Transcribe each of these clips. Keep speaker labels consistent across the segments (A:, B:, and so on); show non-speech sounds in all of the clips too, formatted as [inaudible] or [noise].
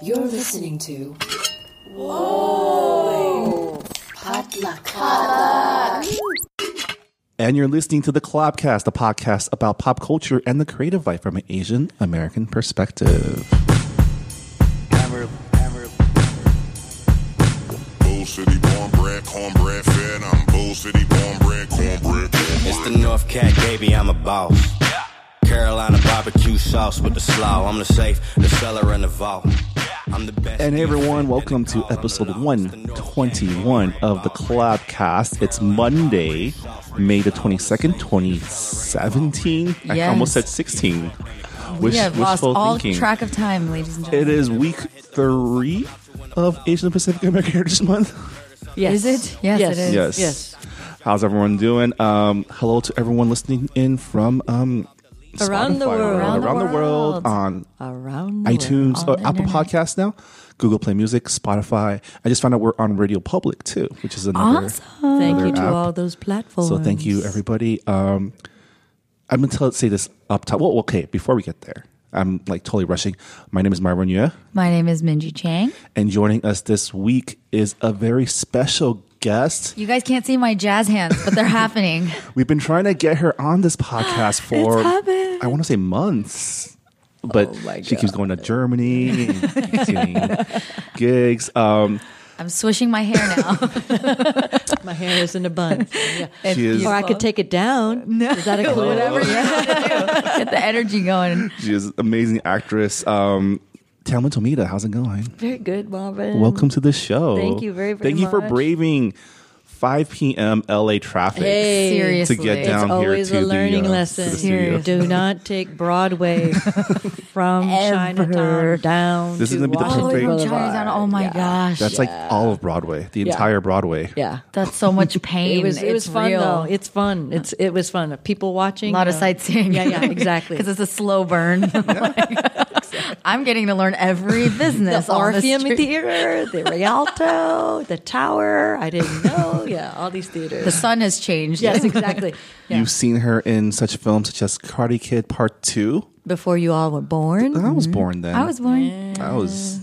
A: You're listening to. Whoa! Potluck.
B: And you're listening to the Clubcast, a podcast about pop culture and the creative life from an Asian American perspective.
C: Bull City born bred, cornbread fed. I'm Bull City born bred, cornbread.
D: It's the North Cat, baby, I'm a boss. Carolina barbecue sauce with the slaw. I'm the safe, the cellar, and the vault. I'm the best.
B: And hey everyone, welcome to episode 121 of the Clubcast. It's Monday, May the 22nd, 2017. I
E: Yes.
B: almost said 16. Which,
E: we have lost
B: wishful
E: all
B: thinking.
E: track of time, ladies and
B: It
E: gentlemen.
B: is week three of Asian Pacific American Heritage Month.
E: Is it? Yes,
F: Yes.
E: it is.
B: Yes.
F: Yes.
B: How's everyone doing? Um, hello to everyone listening in from um,
F: Around the
B: Spotify,
F: world.
B: around,
E: Around
B: the
E: the
B: world,
E: world.
B: on
F: Around the world.
B: iTunes,
E: on
B: or
E: the
B: Apple
E: internet.
B: Podcasts now, Google Play Music, Spotify. I just found out we're on Radio Public too, which is another.
E: Awesome.
F: Thank you
B: Another
F: to
B: app.
F: all those platforms.
B: So thank you everybody. Um, I'm gonna tell, say this up top. Well, okay, before we get there, I'm like totally rushing. My name is Marvin Yue,
E: My name is Minji Chang.
B: and joining us this week is a very special guest.
E: You guys can't see my jazz hands, but
F: [laughs]
E: they're happening.
B: We've been trying to get her on
F: [gasps]
B: this podcast for I want to say months, but
F: Oh
B: she keeps going to Germany, and keeps
F: [laughs]
B: getting gigs. Um,
E: I'm swishing my hair now.
F: My hair is in
E: [laughs]
F: a bun. [laughs] Yeah.
B: she is
F: Or I could take it down. Is that a clue?
E: Get the energy going.
B: she is an amazing actress. Um, Talma Tomita, how's it going?
F: [laughs] Very good, Marvin.
B: Welcome to the show.
F: Thank you very, very
B: Thank you for
F: much.
B: braving 5 p.m. LA traffic
F: Hey.
E: Seriously.
B: to get down
F: It's always
B: here
F: a
B: to
F: learning
B: the, uh,
F: lesson.
B: To the studio.
E: Serious.
F: Do not
B: [laughs]
F: take Broadway from Chinatown down.
B: This is gonna
F: to
B: be the
E: All the
F: Washington
E: way from
B: perfect-
F: Boulevard.
E: Chinatown. Oh my
F: Yeah.
E: gosh.
B: That's like all of Broadway, the entire Broadway.
F: Yeah.
E: That's so much pain.
F: [laughs] It was it was
E: It's
F: fun
E: real.
F: though. It's fun. It's it was fun. People watching.
E: a lot of
F: uh,
E: sightseeing.
F: Yeah,
E: [laughs]
F: yeah, exactly.
E: Because it's a slow burn. [laughs] I'm getting to learn every business.
F: [laughs] the
E: on this
F: Orpheum
E: trip.
F: Theater, the [laughs] Rialto, the Tower. I didn't know. Yeah, all these theaters.
E: The sun has changed. [laughs]
F: yes, exactly.
B: You've seen her in such films such as Karate Kid Part 2.
F: Before you all were born,
B: I was born then.
E: I was born.
B: I was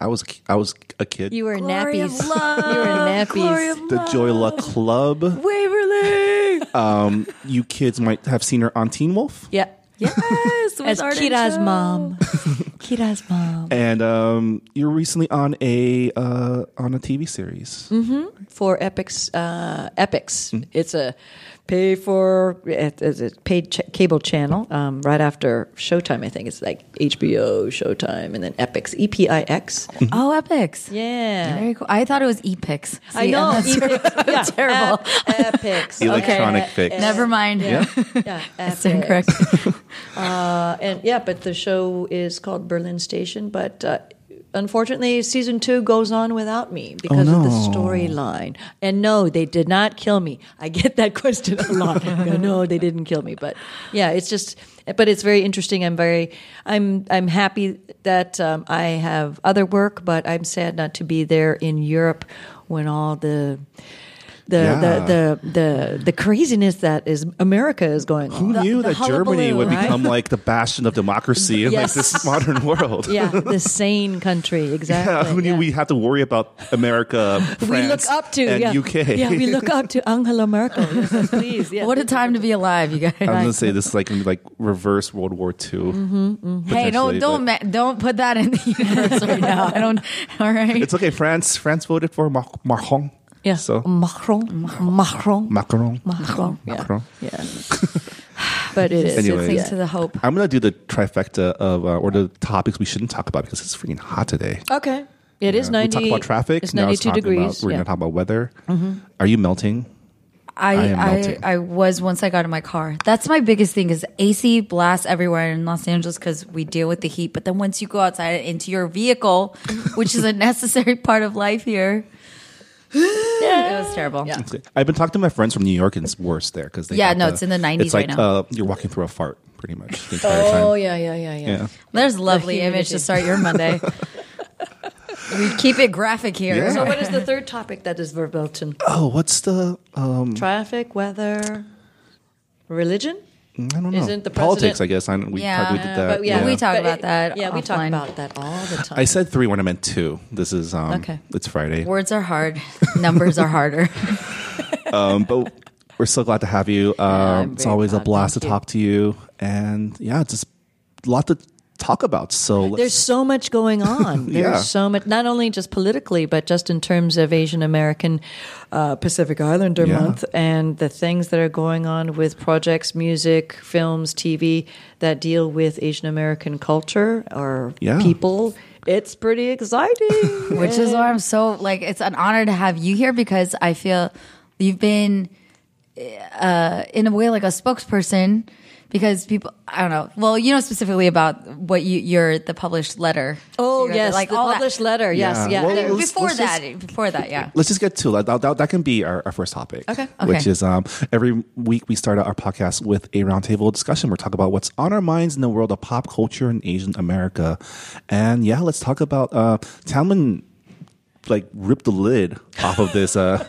B: I was I was a kid.
F: you were
E: Glory of
F: nappies. You were nappies.
B: the Joy Luck Club.
F: Waverly.
B: Um, you kids might have seen her on Teen Wolf.
F: [laughs] yeah.
E: Yes,
F: As Kira's mom. Kira's mom.
B: And um, you're recently on a uh, on a TV series.
F: Mm-hmm. For Epics, uh, Epics. It's a pay for it- it's a paid ch- cable channel. Um, right after Showtime, I think it's like HBO, Showtime, and then Epics, E P I X.
E: [laughs] Oh, Epics.
F: Yeah.
E: Very cool. I thought it was Epics.
F: I know.
E: See, and [laughs] that's-
F: Epics. Yeah.
E: terrible.
F: Ep- Epics.
B: Electronic
F: Okay.
B: fix.
E: [laughs] Never mind. [laughs]
B: Yeah.
F: Yeah,
E: That's
F: Epics.
E: incorrect.
F: Uh, and yeah, but the show is called Berlin Station. But uh, unfortunately, season two goes on without me because of the
B: Oh, no.
F: storyline. And no, they did not kill me. I get that [laughs] question a lot. no, no, they didn't kill me. But yeah, it's just. But it's very interesting. I'm very. I'm. I'm happy that um, I have other work, but I'm sad not to be there in Europe when all the. The,
B: Yeah.
F: the, the the the craziness that is America is going on.
B: Who knew
E: the
B: that Germany
E: hullabaloo,
B: would
F: right?
B: become like the bastion of democracy in like
F: Yes.
B: this modern world? [laughs]
F: Yeah, the sane country. Exactly.
B: Yeah, who knew
F: yeah.
B: we have to worry about America,
F: [laughs] We
B: France,
F: look up to
B: and
F: yeah.
B: UK?
F: Yeah, we look up to Angela Merkel. Oh, Yes, please. [laughs] Yeah.
E: What a time to be alive, you guys.
B: [laughs] I'm gonna say this is like gonna be like reverse World War II.
F: Mm-hmm.
E: hey,
B: potentially,
E: don't don't ma- don't put that in the universe right now. I don't. All right.
B: It's okay. France France voted for Mac- Macron.
F: yeah.
B: So
F: Macron, Macron,
B: Macron.
F: Macron. Yeah.
B: Macron. [laughs]
F: yeah. But it is.
B: Anyway.
F: It's-
E: Sing
B: yeah.
E: to the hope.
B: I'm gonna do the trifecta of uh, or the topics we shouldn't talk about because it's freaking hot today.
F: Okay. It is
B: Yeah.
F: ninety.
B: we talk about traffic.
F: It's
B: now
F: ninety-two
B: talking
F: degrees.
B: About, we're
F: yeah.
B: gonna
F: Mm-hmm.
B: talk about weather. Are you melting? I am
E: I,
B: melting.
E: I I was once I got in my car. That's my biggest thing is AC blasts everywhere in Los Angeles because we deal with the heat. But then once you go outside into your vehicle, which is a [laughs] necessary part of life here, it was terrible.
F: Yeah.
B: I've been talking to my friends from New York, and it's worse there because
E: Yeah, no, it's in the 90s
B: It's like
E: right now.
B: Uh, you're walking through a fart, pretty much the entire
F: Oh
B: time.
F: yeah, yeah, yeah, yeah.
B: Yeah.
E: There's a lovely
F: The
E: image to
F: humidity.
E: start your
F: [laughs]
E: Monday. we keep it graphic here.
B: Yeah.
F: So what is the third topic that is verboten?
B: Oh, what's the? Um,
F: Traffic, weather, religion.
B: I don't know.
F: Isn't the
B: Politics,
F: president-
B: I guess. I, don't- we
E: Yeah.
B: probably did that.
F: But yeah,
E: We talk
F: but
E: about
F: it-
E: that
F: Yeah, we
E: offline.
F: talk about that all the time.
B: I said three when I meant two. This is um,
F: Okay.
B: It's Friday.
E: Words are hard. Numbers are harder.
B: um, but we're so glad to have you. Um,
F: I'm
B: it's
F: very
B: always a
F: glad.
B: blast to
F: Thank you.
B: talk to you, and yeah, just a lot to talk about. So let's,
F: There's so much
B: [laughs]
F: going on. There's
B: Yeah.
F: so much, not only just politically, but just in terms of Asian American uh, Pacific Islander
B: Yeah.
F: Month and the things that are going on with projects, music, films, TV that deal with Asian American culture or
B: Yeah.
F: people. It's
B: [laughs]
F: pretty exciting. Oh,
E: which is why I'm so like it's an honor to have you here because I feel you've been uh, in a way like a spokesperson because people I don't know well you know specifically about what you your the published letter
F: oh
E: You know,
F: yes,
E: like
F: the
E: all that.
F: published letter. Yes,
B: Yeah.
F: yeah.
B: Well,
E: There-
B: let's-
E: before
B: let's
E: that before that yeah
B: [laughs] let's just get to it. That, that, that can be our, our first topic.
F: Okay.
B: Which
E: Okay.
B: is um, every week we start out our podcast with a roundtable discussion. We're talking about what's on our minds in the world of pop culture in Asian America. And yeah, let's talk about uh, Talman like ripped the lid off of this. Uh,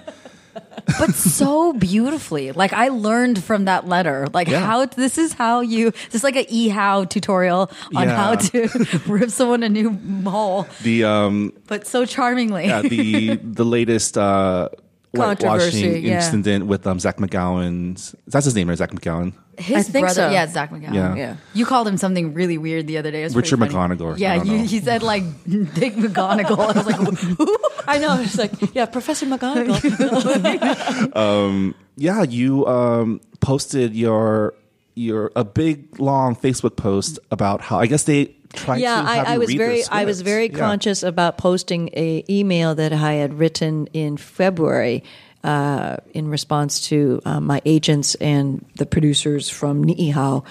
E: but so beautifully. Like I learned from that letter, like
B: Yeah.
E: how this is how you this is like an e how tutorial on
B: Yeah.
E: how to [laughs] rip someone a new hole,
B: the um,
E: but so charmingly.
B: uh,
F: [laughs]
B: the the latest uh,
F: Controversy,
B: whitewashing
F: yeah.
B: incident with um, Zach McGowan's. That's his name, right? Zach McGowan.
E: His
F: I think
E: brother,
F: so.
E: yeah, Zach McGowan.
B: Yeah.
F: Yeah.
E: You called him something really weird the other day. It was
B: Richard
E: pretty funny.
B: McGonagall or
E: Yeah,
B: something, I
E: you,
B: don't
E: he said like [laughs] Dick McGonagall. I was like, who?
F: I know. It's like yeah, Professor
B: [laughs]
F: McGonagall.
B: Yeah, you um, posted your your a big long Facebook post about how I guess they tried
F: yeah,
B: to have
F: I, I
B: you
F: was
B: read the
F: very I was
B: script.
F: very
B: Yeah.
F: conscious about posting a email that I had written in February uh, in response to uh, my agents and the producers from Niihau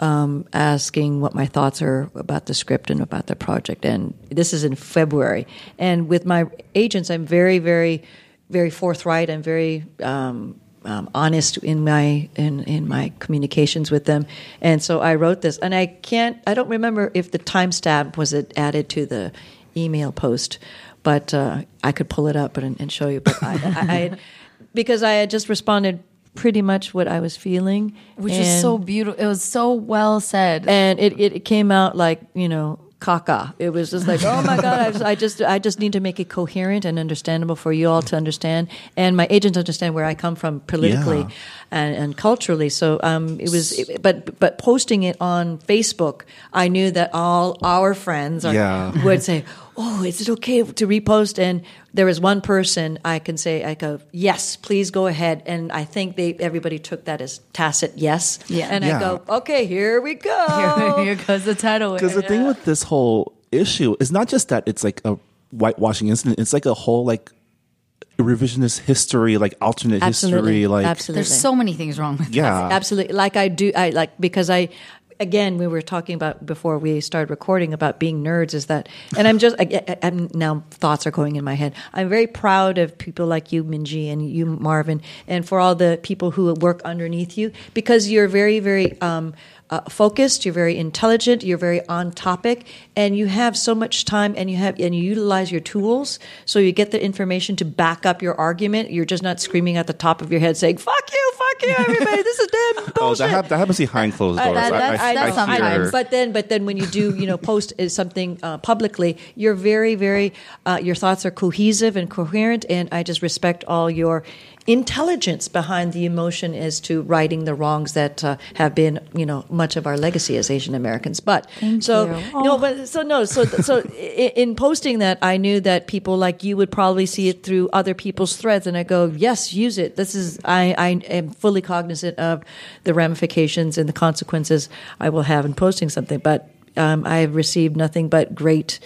F: um, asking what my thoughts are about the script and about the project. And this is in February. And with my agents, I'm very very very forthright. I'm very um, um, honest in my in, in my communications with them, and so I wrote this. And I can't, I don't remember if the timestamp was it added to the email post, but uh, I could pull it up and, and show you. But I, I, I had, [laughs] because I had just responded pretty much what I was feeling,
E: [laughs] Which was
F: and-
E: so beautiful. It was so well said.
F: and it, it, it came out like you know caca it was just like oh my god I just, I just i just need to make it coherent and understandable for you all to understand and my agents understand where i come from politically
B: Yeah.
F: and, and culturally so um, it was it, but but posting it on facebook i knew that all our friends are,
B: Yeah.
F: would say oh is it okay to repost and there was one person i can say i go yes please go ahead and i think they everybody took that as tacit yes
E: Yeah.
F: and
B: Yeah.
F: i go okay here we
E: [laughs]
F: go
E: here, here goes the title.
B: Because the
E: wave.
B: thing with this whole issue is not just that it's like a whitewashing incident; it's like a whole like revisionist history, like alternate history, like
F: absolutely,
E: There's so many things wrong with
B: yeah,
F: absolutely. Like I do, I like because I. Again, we were talking about before we started recording about being nerds. Is that, and I'm just, I, I- I'm now thoughts are going in my head. I'm very proud of people like you, Minji, and you, Marvin, and for all the people who work underneath you because you're very, very um, uh, focused. You're very intelligent. You're very on topic, and you have so much time, and you have and you utilize your tools, so you get the information to back up your argument. You're just not screaming at the top of your head saying "fuck you, fuck you, everybody, this is damn bullshit."
B: [laughs] Oh, that, hap- that happens behind closed
F: Uh,
B: doors.
E: that-
B: I,
E: that's-
B: I,
E: that's
B: I hear.
E: sometimes.
F: But then, but then, when you do, you know, post is something uh, publicly, you're very, very, uh, your thoughts are cohesive and coherent, and I just respect all your intelligence behind the emotion as to righting the wrongs that uh, have been, you know, much of our legacy as Asian Americans. But
E: Thank
F: so
E: you.
F: no, but so no, so so i- in posting that, I knew that people like you would probably see it through other people's threads, and I go, yes, use it. This is I I am fully cognizant of the ramifications and the consequences I will have in posting something, but um, I have received nothing but great.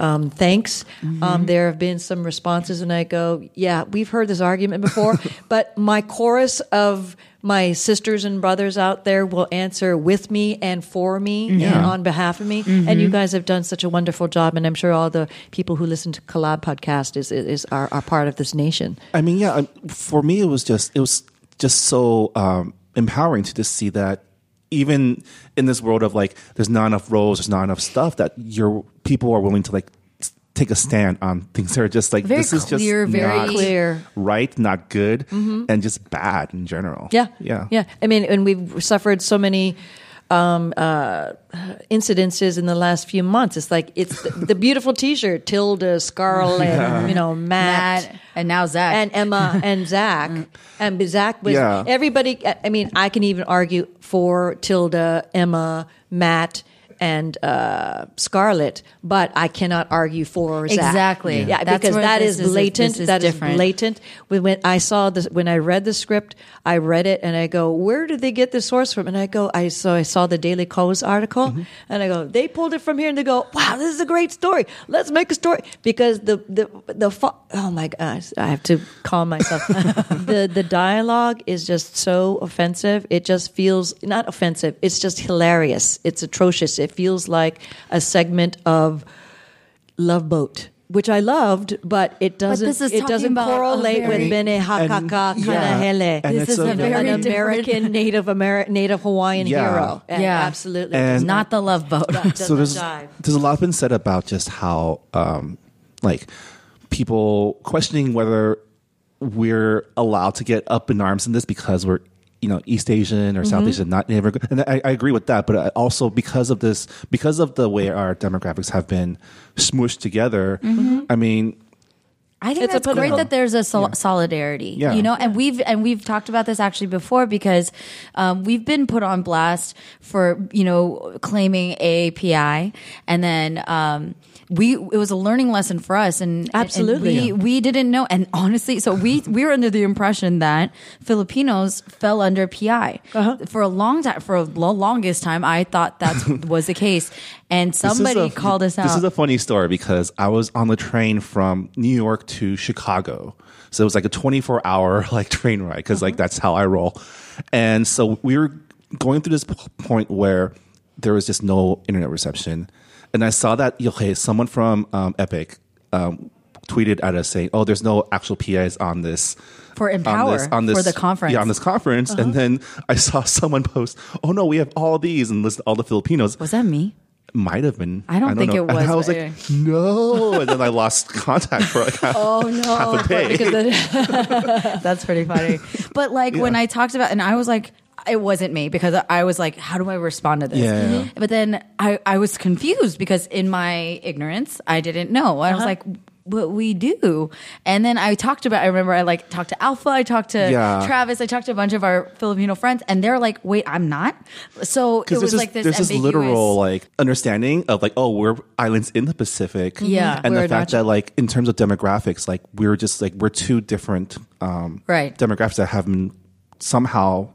F: Um, thanks. Um, there have been some responses, and I go, yeah, we've heard this argument before, but my chorus of my sisters and brothers out there will answer with me and for me and on behalf of me. And you guys have done such a wonderful job, and I'm sure all the people who listen to Collab Podcast is is are, are part of this nation.
B: I mean, yeah. um, For me, it was just it was just so um, empowering to just see that even in this world of like, there's not enough roles, there's not enough stuff that your people are willing to like s- take a stand on things that are just like
E: Very
B: this is
E: clear,
B: just
E: very-
B: not
F: Clear.
B: right, not good, and just bad in general.
F: Yeah.
B: yeah,
F: Yeah. I mean, and we've suffered so many um, uh, incidences in the last few months. It's like, it's the, the beautiful t shirt, Tilda, Scarlett, you know, Matt.
E: Matt Mm. and now Zach.
F: And Emma and Zach, and Zach was
B: Yeah.
F: everybody. I mean, I can even argue for Tilda, Emma, Matt, and uh, Scarlett, but I cannot argue for Zach.
E: Exactly.
F: yeah,
E: That's
F: because
E: where
F: that
E: this
F: is
E: is-
F: blatant.
E: this is
F: That is
E: different.
F: blatant. When, when I saw this, when I read the script, I read it and I go, "Where did they get this source from?" And I go, "I so I saw the Daily Kos article, and I go, they pulled it from here, and they go, wow, this is a great story. Let's make a story because the the the fa- oh my gosh, I have to calm myself. the the dialogue is just so offensive. It just feels not offensive. It's just hilarious. It's atrocious. It feels like a segment of Love Boat. Which I loved, but it doesn't.
E: this is
F: it
E: talking
F: doesn't
E: about a
F: correlate
E: very-
F: with Bene Hakaka
B: And- yeah.
F: Kanahele.
B: And
E: This
B: it's
E: is a
B: a
E: very
F: an
E: different-
F: American [laughs] Native American Native Hawaiian
B: Yeah.
F: hero. And
E: Yeah.
F: absolutely.
B: And-
E: not the love [laughs] boat.
B: [laughs] so there's
F: dive.
B: there's a lot been said about just how um, like people questioning whether we're allowed to get up in arms in this because we're you know East Asian or South Asian, not Native. American. And I, I agree with that, but I- also because of this, because of the way our demographics have been smooshed together, I mean,
E: I think
F: It's a
E: that's great
F: political-
E: that there's a sol- solidarity.
B: Yeah.
E: You know, and we've and we've talked about this actually before because um, we've been put on blast for you know claiming AAPI, and then um, we it was a learning lesson for us, and and- and
F: Absolutely.
E: we
F: Yeah.
E: we didn't know, and honestly, so we we were under the impression that Filipinos fell under PI
F: Uh-huh.
E: for a long time. For the longest time, I thought that
B: [laughs]
E: was the case, and
B: This is
E: somebody
B: a-
E: called us out.
B: This is a funny story because I was on the train from New York to Chicago, so it was like a 24 hour [laughs] like train ride because
E: Uh-huh.
B: like that's how I roll. And so we were going through this p- point where there was just no internet reception, and I saw that okay, someone from um, Epic. Um, tweeted at us saying, "Oh, there's no actual PIs on this
E: For
B: on
E: Empower,
B: this, on this
E: for the conference. Uh-huh.
B: Yeah, on this conference." And then I saw [laughs] someone post, "Oh no, we have all these," and list all the Filipinos
E: was that me?
B: might have been.
E: I don't think
B: know.
E: it was,
B: And I was
E: but
B: like,
E: Oh,
B: no. And then I lost [laughs] contact for
E: [laughs]
B: like half, [laughs] half a day.
F: because the-
B: [laughs]
E: That's pretty funny. But like when I talked about, and I was like, it wasn't me because I was like, how do I respond to this? Mm-hmm.
B: Yeah, yeah, yeah.
E: But then I, I was confused because in my ignorance, I didn't know.
B: Uh-huh.
E: I was like, what we do. And then I talked about, I remember I like talked to Alpha, I talked to
B: Yeah.
E: Travis, I talked to a bunch of our Filipino friends, and they're like, wait, I'm not. So it
B: Because
E: was
B: there's,
E: like
B: this,
E: this,
B: there's this
E: ambiguous-
B: literal like understanding of like, oh, we're islands in the Pacific.
E: Mm-hmm. Yeah.
B: And
F: We're
B: the fact that
F: not-
B: like in terms of demographics, like we're just like we're two different um
E: Right.
B: demographics that have been somehow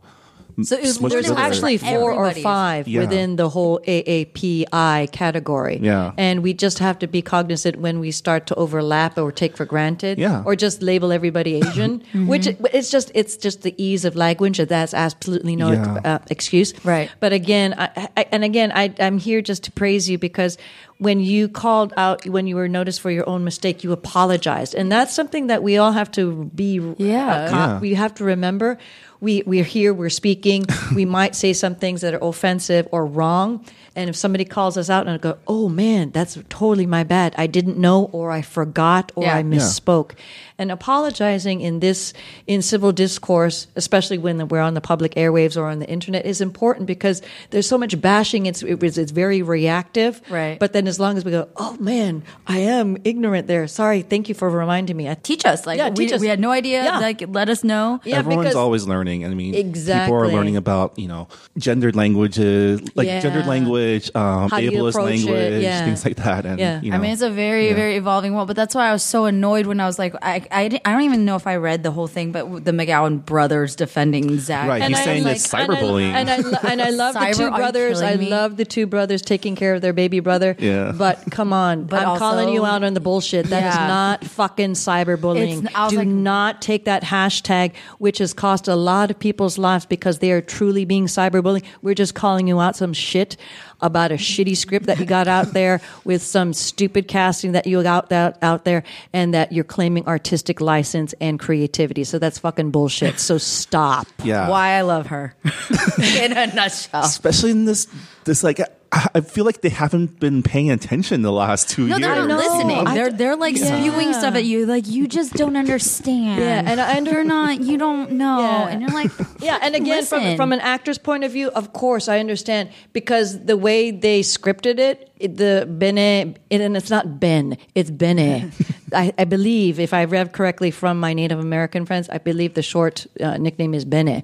E: so it was
B: smushed
E: literally
F: there's
B: together.
F: actually
E: for
F: four or
E: everybody.
F: five
B: Yeah.
F: within the whole AAPI category.
B: Yeah.
F: And we just have to be cognizant when we start to overlap or take for granted.
B: Yeah.
F: Or just
B: [coughs]
F: label everybody Asian,
E: Mm-hmm.
F: which it's just it's just the ease of language. that That's absolutely no
B: Yeah.
F: uh, excuse.
E: Right.
F: But again, I, I, and again, I, I'm here just to praise you because when you called out, when you were noticed for your own mistake, you apologized. And that's something that we all have to be
E: Yeah.
F: uh, co-
B: Yeah.
F: we have to remember we we're here we're
E: [laughs]
F: speaking we might say some things that are offensive or wrong and if somebody calls us out and I go oh man that's totally my bad i didn't know or i forgot or
E: Yeah.
F: i
E: Yeah.
F: misspoke and apologizing in this in civil discourse especially when we're on the public airwaves or on the internet is important because there's so much bashing it's it was- it's very reactive
E: Right.
F: but then as long as we go oh man i am ignorant there sorry thank you for reminding me I
E: Teach us. Like,
F: Yeah,
E: we,
F: teach us.
E: we had no idea.
F: Yeah.
E: Like, let us know.
F: yeah,
B: Everyone's
F: because-
B: always learning. I mean, people are
F: Exactly.
B: learning about you know gendered languages, like
F: Yeah.
B: gendered language, um,
F: How do you
B: ableist
F: approach it?
B: language,
F: Yeah.
B: things like that. And
F: Yeah.
B: you know,
E: I mean, it's a very,
B: yeah.
E: very evolving world. But that's why I was so annoyed when I was like, I, I, didn't- I don't even know if I read the whole thing, but the McGowan brothers defending Zach.
B: Right,
F: And
B: He's
F: I
B: saying
F: like-
B: it's
F: and I-
B: cyberbullying.
F: And I, lo- and I love the
E: [laughs] Cyber- are
F: two
E: you
F: brothers.
E: killing
F: I
E: me?
F: love the two brothers taking care of their baby brother.
B: Yeah.
F: But come on,
E: But
F: I'm
E: also-
F: calling you out on the bullshit. That is
E: Yeah.
F: not fucking cyberbullying.
E: It's- I was
F: Do
E: like-
F: not take that hashtag, which has cost a lot of people's lives because they are truly being cyberbullying. We're just calling you out some shit about a shitty script that you got out there [laughs] with some stupid casting that you got out, out there and that you're claiming artistic license and creativity. So that's fucking bullshit. So stop.
B: yeah.
E: Why I love her [laughs] in a nutshell.
B: especially in this this like I I feel like they haven't been paying attention the last two
E: No,
B: years.
E: they're
F: I
E: not
F: know.
E: listening.
F: I-
E: they're they're like spewing stuff at you, like you just don't understand.
F: Yeah, and I under-
E: you're not, you don't know,
F: Yeah.
E: and you're like, [laughs]
F: Yeah, and again, from,
E: listen.
F: from an actor's point of view, of course, I understand because the way they scripted it, it- the Bene, it, and it's not Ben, it's Bene. I, I believe, if I read correctly from my Native American friends, I believe the short uh, nickname is Bene.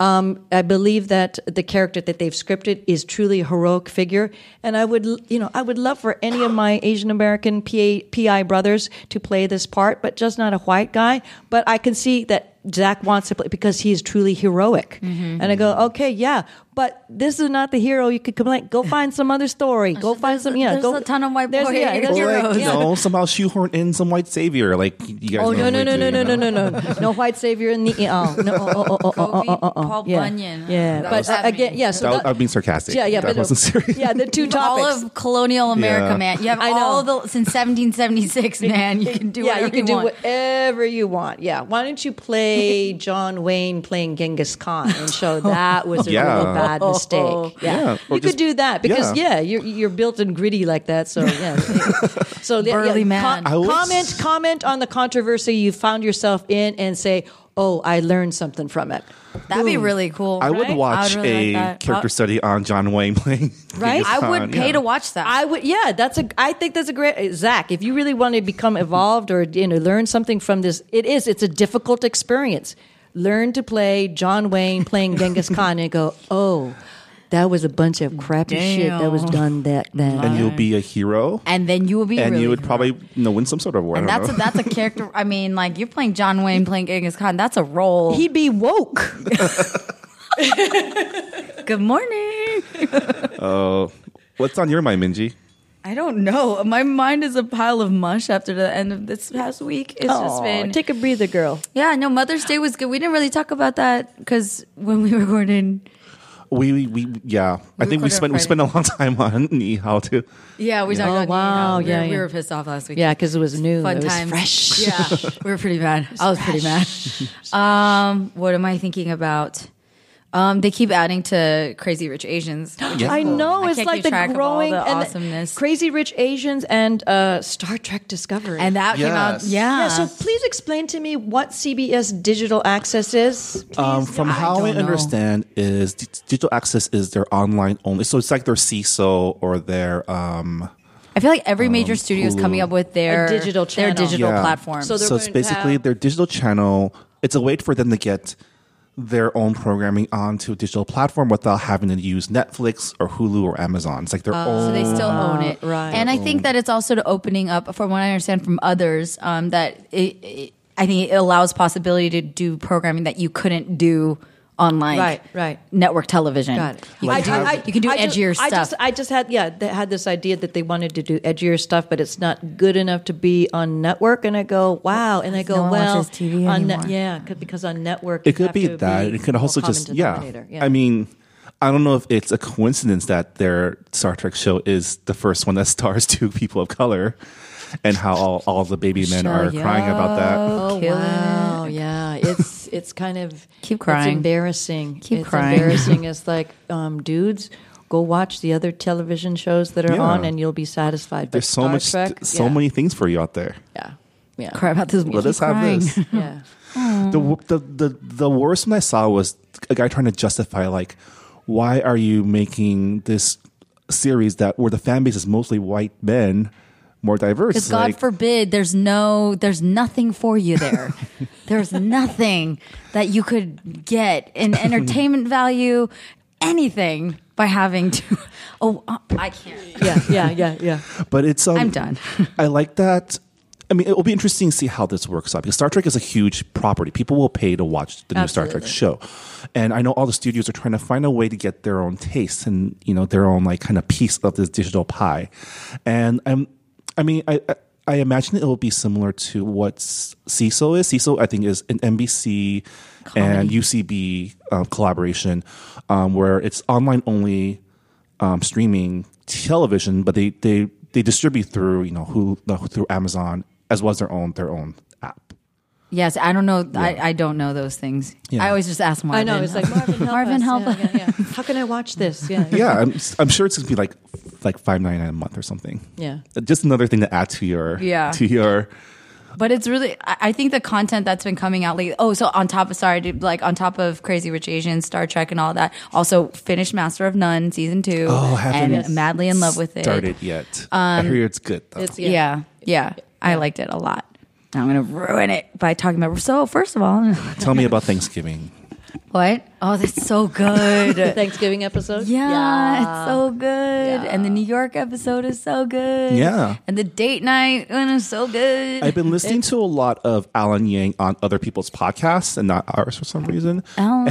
F: Um, I believe that the character that they've scripted is truly a heroic figure, and I would, l- you know, I would love for any of my Asian American PA, PI brothers to play this part, but just not a white guy. But I can see that Zach wants to play because he's truly heroic.
E: Mm-hmm.
F: And I go, okay, yeah, but this is not the hero you could complain. Go find some other story. Go find some, yeah.
E: there's
F: go,
E: a ton of white boy
F: there's-
B: Or like, you
E: heroes.
F: yeah.
B: know, somehow shoehorn in some white savior. Like you guys.
F: Oh no
B: normally
F: no no
B: do,
F: no
B: you
F: no no
B: know?
F: no no no white savior in the oh no oh oh oh oh oh oh, oh, oh.
E: Paul
F: yeah.
E: Bunyan.
F: yeah
E: That
F: but
E: was
F: uh,
E: happening.
F: again yeah so
B: That was-
F: that-
B: I was being sarcastic.
F: yeah yeah
B: That
F: but
B: wasn't serious.
F: [laughs] yeah the two
E: all
F: topics
E: of colonial America,
B: Yeah.
E: man. You have
F: I know.
E: all the since [laughs] 1776, man. You can do
F: yeah,
E: whatever
F: you can do
E: want.
F: whatever you want. Yeah, why don't
E: [laughs]
F: you play John Wayne playing Genghis Khan and show that was a
B: Yeah.
F: really bad
E: [laughs]
F: mistake? Yeah,
B: Yeah, or
F: you
B: just-
F: could do that because
B: yeah.
F: yeah, you're you're built and gritty like that. So
B: [laughs]
F: yeah, so yeah,
E: Burly
F: yeah,
E: man.
B: I was-
F: comment comment on the controversy you found yourself in and say, oh, I learned something from it.
E: That'd be
F: Boom.
E: really cool.
B: [laughs] I would
E: right?
B: watch
E: I would really
B: a
E: like that.
B: character
E: Uh,
B: study on John Wayne playing. [laughs]
F: Right?
B: Genghis
E: I
B: Khan,
E: would pay
B: yeah.
E: to watch that.
F: I would, yeah, that's a. I think that's a great eh, Zach. If you really want to become evolved or you know learn something from this, it is. It's a difficult experience. Learn to play John Wayne
E: [laughs]
F: playing Genghis Khan and go, oh, that was a bunch of crappy shit that was
E: Damn.
F: done that then.
B: And you'll be a hero.
E: and then you would be.
B: and
E: really
B: you would
E: cool.
B: probably you know, win some sort of award.
E: And
B: I don't [laughs]
E: [laughs] that's a,
B: know.
E: that's a character. I mean, like you're playing John Wayne playing Genghis Khan. That's a role.
F: He'd be woke.
E: Good morning.
B: [laughs] Uh, What's on your mind, Minji?
E: I don't know. My mind is a pile of mush after the end of this past week. It's just
F: Aw,
E: been
F: take a breather, girl.
E: yeah. No, Mother's Day was good. We didn't really talk about that because when we [laughs] recorded,
B: We, we, we yeah. I think we
E: recorded on
B: spent we
E: Friday.
B: spent a long time on [laughs] Nihao too.
E: yeah, we talked.
F: Oh,
E: about
F: wow.
E: We were-
F: Yeah,
E: we
F: yeah.
E: were pissed off last week.
F: Yeah, because it was new.
E: fun
F: it was
E: times.
F: fresh.
E: Yeah, we were pretty mad. [laughs] I was pretty mad. [laughs] Um, what am I thinking about? Um, they keep adding to Crazy Rich Asians.
B: [gasps]
E: which is
F: I
E: cool.
F: know
E: I
F: it's
E: can't
F: like
E: keep
F: the
E: track of all
F: growing
E: the
F: and the
E: awesomeness.
F: Crazy Rich Asians and uh, Star Trek Discovery.
E: and that came out.
B: Yes.
E: Yeah.
F: Yeah, so please explain to me what CBS Digital Access is.
B: Um, from
E: I
B: how I
E: don't know.
B: understand, is D- digital access is their online only. So it's like their CISO or their um,
E: I feel like every major studio is coming
B: Hulu.
E: up with their
F: A digital channel.
E: their digital
B: Yeah.
E: platform.
F: So they're
B: so it's
F: going to
B: basically
F: have-
B: their digital channel. It's a way for them to get their own programming onto a digital platform without having to use Netflix or Hulu or Amazon. It's like
F: Oh,
B: their own.
E: So they still own it,
F: right.
E: And I think that it's also to opening up, from what I understand from others, um, that it, it, I think it allows possibility to do programming that you couldn't do on like
F: Right, right.
E: network television. You,
B: Like
E: can,
B: have-
E: do, you can do
F: I ju-
E: edgier
F: I
E: stuff.
F: just, I just had, yeah, they had this idea that they wanted to do edgier stuff, but it's not good enough to be on network. And I go, wow. And I go,
E: No one
F: well,
E: watches TV
F: on net-
E: anymore.
F: yeah, 'cause- because on network,
B: It
F: you
B: could
F: have
B: be
F: to
B: that. it could
F: more
B: also
F: common
B: just yeah.
F: denominator. yeah.
B: I mean, I don't know if it's a coincidence that their Star Trek show is the first one that [laughs] stars two people of color, and how all, all the baby men
E: Michelle
B: are crying about that.
E: Oh, kill
F: wow, yeah, it's it's kind of
E: [laughs] Keep
F: it's
E: crying.
F: embarrassing.
E: Keep
F: it's
E: crying. [laughs]
F: Embarrassing. It's like, um, dudes, go watch the other television shows that are
B: Yeah.
F: on, and you'll be satisfied.
B: There's
F: but
B: so
F: Star
B: much,
F: Trek,
B: so
F: yeah,
B: many things for you out there.
F: Yeah, yeah,
E: Cry about this.
B: Let us have this.
F: [laughs] yeah.
B: The, w- the the the worst one I saw was a guy trying to justify like, why are you making this series that where the fan base is mostly white men more diverse?
E: Because God
B: Like,
E: forbid, there's no, there's nothing for
B: [laughs]
E: you there. there's nothing that you could get
B: [laughs]
E: in entertainment value, anything by having to. [laughs] Oh, uh, I can't.
F: yeah, yeah, yeah, yeah.
B: [laughs] But it's um,
E: I'm done. [laughs]
B: I like that. I mean, it will be interesting to see how this works out because Star Trek is a huge property. People will pay to watch the new Star Trek show, and I know all the studios are trying to find a way to get their own taste and you know their own like kind of piece of this digital pie. And I'm, I mean, I. I I imagine it will be similar to what CISO is. CISO, I think, is an NBC and UCB uh, collaboration um, where it's online only um, streaming television, but they they they distribute through you know who through Amazon as well as their own their own app.
E: Yes, I don't know. I, I don't know those things.
B: Yeah.
E: I always just ask Marvin.
F: I know. It's like Marvin, help
E: Marvin,
F: us.
E: help
F: yeah,
E: us.
F: Yeah, yeah. How can I watch this? Yeah,
B: [laughs] Yeah, I'm, I'm sure it's gonna be like like five ninety nine a month or something. Uh,
F: Yeah.
B: just another thing to add to your
E: Yeah.
B: to your
E: [laughs] But it's really, I I think the content that's been coming out lately. Oh, so on top of sorry, dude, like on top of Crazy Rich Asians, Star Trek, and all that. Also finished Master of None season two.
B: Oh, haven't
E: and madly in love with it. Um,
B: started yet. I hear it's good though.
F: It's-
E: Yeah. yeah, I liked it a lot. Now I'm gonna ruin it by talking about. So first of all, [laughs]
B: Tell me about Thanksgiving.
E: what? Oh, that's so good.
F: Thanksgiving
E: [laughs]
F: episode.
E: Yeah, it's so good. And the New York episode is so good.
B: Yeah.
E: And the date night and it's so good.
B: I've been listening to a lot of Alan Yang on other people's podcasts and not ours for some reason.
E: Ellen.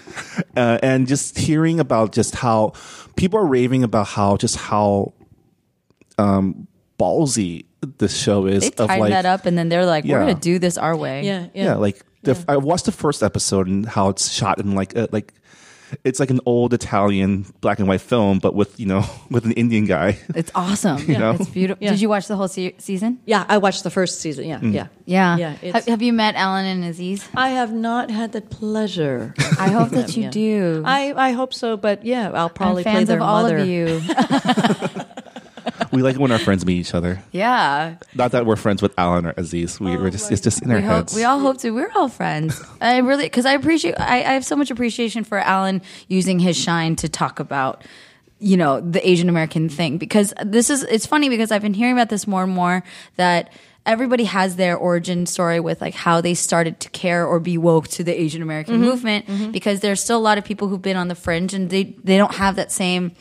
B: [laughs] uh, and just hearing about just how people are raving about how just how um ballsy the show is
E: they
B: of
E: tied
B: like
E: that up and then they're like, we're
B: Yeah.
E: going to do this our way.
F: yeah,
B: yeah, like the, I watched the first episode and how it's shot in like a, like it's like an old Italian black and white film but with you know [laughs] with an Indian guy [laughs]
E: It's awesome.
B: know?
E: It's beautiful.
F: Yeah.
E: Did you watch the whole se- season?
F: Yeah, I watched the first season. Yeah,
B: Mm.
F: yeah,
E: Yeah.
F: yeah.
E: have,
F: It's,
E: have you met Alan and Aziz?
F: I have not had
E: [laughs]
F: the pleasure.
E: I hope that you
F: yeah.
E: do.
F: I, I hope so, but yeah, I'll
E: am
F: probably play
E: Mm-hmm. fans
F: their
E: of all
F: mother.
E: of [laughs] you.
B: we like it when our friends meet each other
E: yeah.
B: not that we're friends with Alan or Aziz we were just it's just in our
E: Oh We, hope,
B: heads
E: we all hope to. We're all
B: [laughs]
E: friends. I really, because I appreciate, I, I have so much appreciation for Alan using his shine to talk about, you know, the Asian American thing. Because this is, it's funny because I've been hearing about this more and more that everybody has their origin story with like how they started to care or be woke to the Asian American
B: Mm-hmm.
E: movement because there's still a lot of people who've been on the fringe and they, they don't have that same.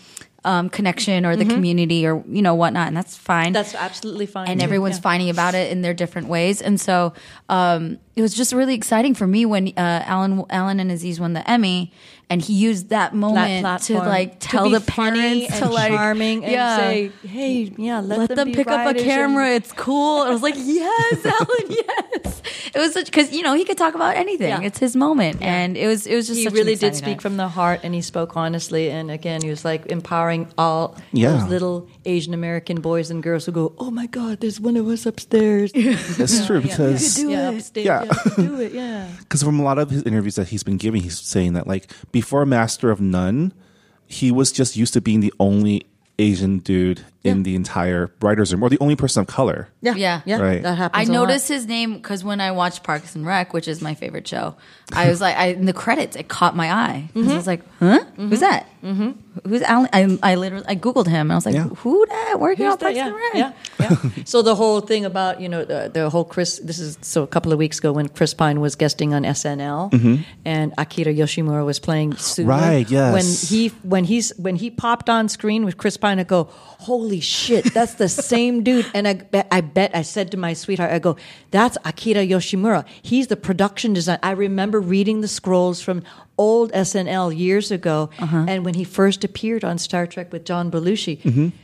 E: Um, connection or the
B: Mm-hmm.
E: community or you know whatnot and that's fine
F: That's absolutely fine.
E: and
F: too.
E: everyone's
F: Yeah.
E: finding about it in their different ways. And so um, it was just really exciting for me when uh, Alan Alan and Aziz won the Emmy, and he used that moment to
F: platform.
E: like tell
F: be
E: the
F: funny
E: parents
F: and
E: to like
F: charming and
E: yeah.
F: say, hey, yeah, let,
E: let them
F: be
E: pick up a
F: rioters and-
E: camera. It's cool. I was like, [laughs] yes, Alan, yes. It was such because you know he could talk about anything.
F: Yeah.
E: It's his moment, and it was it was just
F: He
E: such an
F: really did
E: exciting
F: speak
E: night.
F: from the heart, and he spoke honestly. And again, he was like empowering all
B: Yeah.
F: those little Asian American boys and girls who go, "Oh my God, there's one of us
E: [laughs]
F: upstairs.
B: that's true because
F: do yeah, it. Upstairs.
B: Yeah.
F: Yeah. you could do it. Yeah,
B: because from a lot of his interviews that he's been giving, he's saying that like before Master of None, he was just used to being the only Asian dude in the entire writers room, or the only person of color.
E: [laughs] Yeah.
F: yeah.
B: Right.
F: That
E: I
F: happens. a lot.
E: noticed his name because when I watched Parks and Rec, which is my favorite show, I was like, I, in the credits, it caught my eye. 'Cause
F: Mm-hmm.
E: I was like, huh? Who's that? Mm-hmm. Who's Alan? I, I literally, I googled him and I was like,
B: Yeah.
E: who that? Working
F: Who's
E: on
F: that?
E: Parks and Rec?
F: yeah, yeah, yeah. [laughs] so the whole thing about you know the, the whole Chris. This is so a couple of weeks ago when Chris Pine was guesting on SNL and Akira Yoshimura was playing Suma.
B: Mm-hmm. Right, yes.
F: When he when he's when he popped on screen with Chris Pine, I go, holy shit, that's the same dude. And I bet I bet I said to my sweetheart, I go, that's Akira Yoshimura. He's the production design. I remember reading the scrolls from old SNL years ago, and when he first appeared on Star Trek with John Belushi
B: Mm-hmm.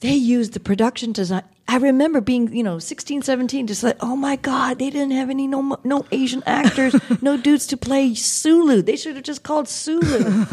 F: they used the production design. I remember being, you know, 16, 17, just like, oh my God, they didn't have any, no, no Asian actors, no dudes to play Sulu. They should have just called Sulu.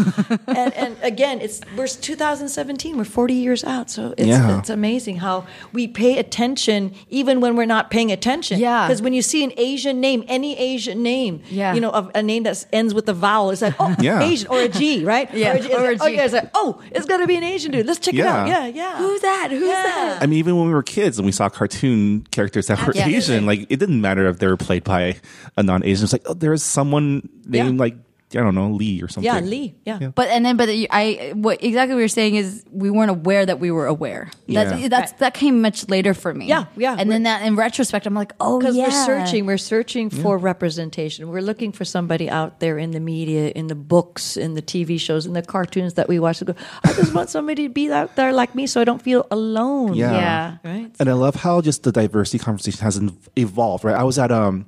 F: and, and again, it's, we're 2017, we're 40 years out. So it's,
B: Yeah.
F: it's amazing how we pay attention even when we're not paying attention.
E: Yeah.
F: Because when you see an Asian name, any Asian name,
E: Yeah.
F: you know, of a name that ends with a vowel, it's like, oh,
B: Yeah.
F: Asian or a G, right?
E: Yeah,
F: Or a G.
E: or a
F: It's like, Oh,
E: G.
F: yeah. It's like, oh, it's got to be an Asian dude. Let's check it out.
B: Yeah.
F: Yeah, yeah.
E: Who's that? Who's
F: Yeah.
E: that?
B: I mean, even when we were kids and we saw cartoon characters that were
E: Absolutely.
B: Asian, like it didn't matter if they were played by a non-Asian. It's like oh, there's someone named
F: Yeah.
B: like I don't know Lee or something.
F: Yeah, Lee. Yeah.
B: Yeah.
E: But and then, but you- I what exactly what you're saying is we weren't aware that we were aware. That's,
B: Yeah.
E: that's that came much later for me.
F: Yeah, yeah.
E: And then that in retrospect, I'm like, oh
F: Because
E: yeah,
F: we're searching, we're searching for representation. We're looking for somebody out there in the media, in the books, in the TV shows, in the cartoons that we watch. To go, I just want somebody to be out there like me, so I don't feel alone.
B: Yeah.
E: Yeah.
F: right.
B: And I love how just the diversity conversation has en- evolved, right? I was at um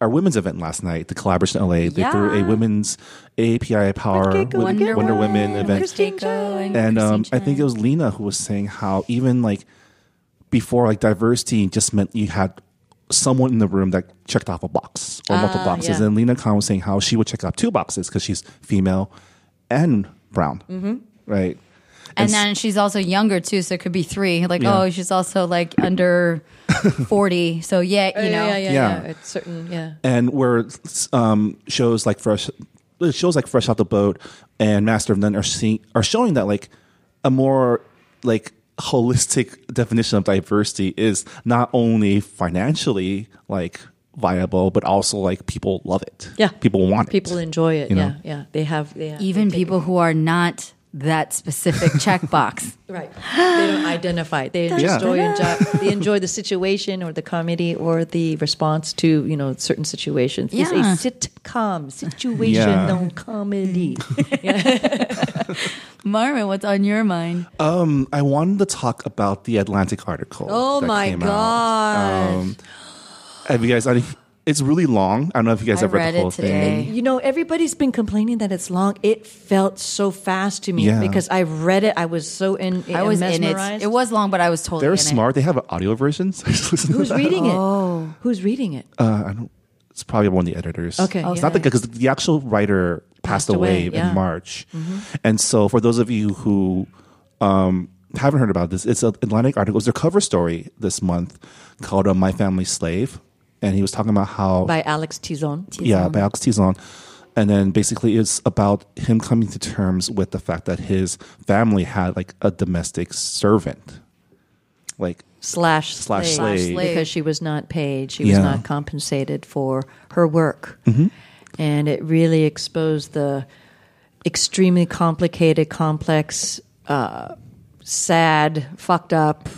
B: our women's event last night, the collaboration in LA. They threw a
E: Yeah.
B: women's API Power
F: Wonder
B: Wo-
F: Woman.
B: Wonder Women event.
F: Christine Cho.
B: and um, I
E: Christine
B: think it
E: Chen.
B: was Lena who was saying how even like before, like diversity just meant you had someone in the room that checked off a box or multiple boxes.
F: yeah.
B: And Lena Khan was saying how she would check off two boxes because she's female and brown, right?
E: And
B: It's-
E: then she's also younger too, so it could be three. Like,
B: Yeah.
E: oh, she's also like
B: [laughs]
E: under forty. So yeah, you know,
F: yeah, yeah,
B: Yeah.
F: yeah, yeah. It's certain, yeah.
B: and where um, shows like fresh shows like fresh out the boat and master of none are seeing are showing that like a more like holistic [laughs] definition of diversity is not only financially like viable but also like people love it
F: Yeah.
B: people want it
F: People enjoy it.
B: you know?
F: yeah, yeah. They have, they have
E: even
F: they take
E: people
F: it.
E: who are not
B: [laughs]
E: that specific checkbox.
F: right. They don't identify. They
B: Yeah.
F: enjoy enjoy they enjoy the situation or the comedy or the response to you know certain situations. It's
E: Yeah.
F: a sitcom, situational comedy.
E: Marvin, what's on your mind?
B: I wanted to talk about the Atlantic article.
F: Oh
B: that
F: my
B: came out.
F: gosh.
B: Um, have you guys? I, it's really long. I don't know if you guys
E: I
B: have read,
E: read
B: the
E: it
B: whole
E: today.
B: thing.
F: You know, everybody's been complaining that it's long. It felt so fast to me
B: Yeah.
F: because I read it. I was so in.
E: I was
F: mesmerized.
E: in it. It was long, but I was totally
B: They're
E: in it.
B: smart. They have an audio version. So [laughs] I just listen to
F: Who's
B: that.
F: reading it?
E: Oh.
F: Who's reading it?
B: It's probably one of the editors.
F: Okay,
B: it's
F: Oh, yeah.
B: not the because the actual writer passed,
F: Passed away,
B: away,
F: yeah. Mm-hmm.
B: in March, and so for those of you who um, haven't heard about this, it's an Atlantic article. It was their cover story this month called uh, "My Family Slave," and he was talking about how
F: By Alex Tizon.
B: yeah, by Alex Tizon. And then basically it's about him coming to terms with the fact that his family had like a domestic servant. Like
F: slash
B: Slash
F: slave,
B: slave.
E: Slave.
F: because she was not paid she
B: Yeah. Mm-hmm.
F: was not compensated for her work and it really exposed the extremely complicated complex uh, sad fucked up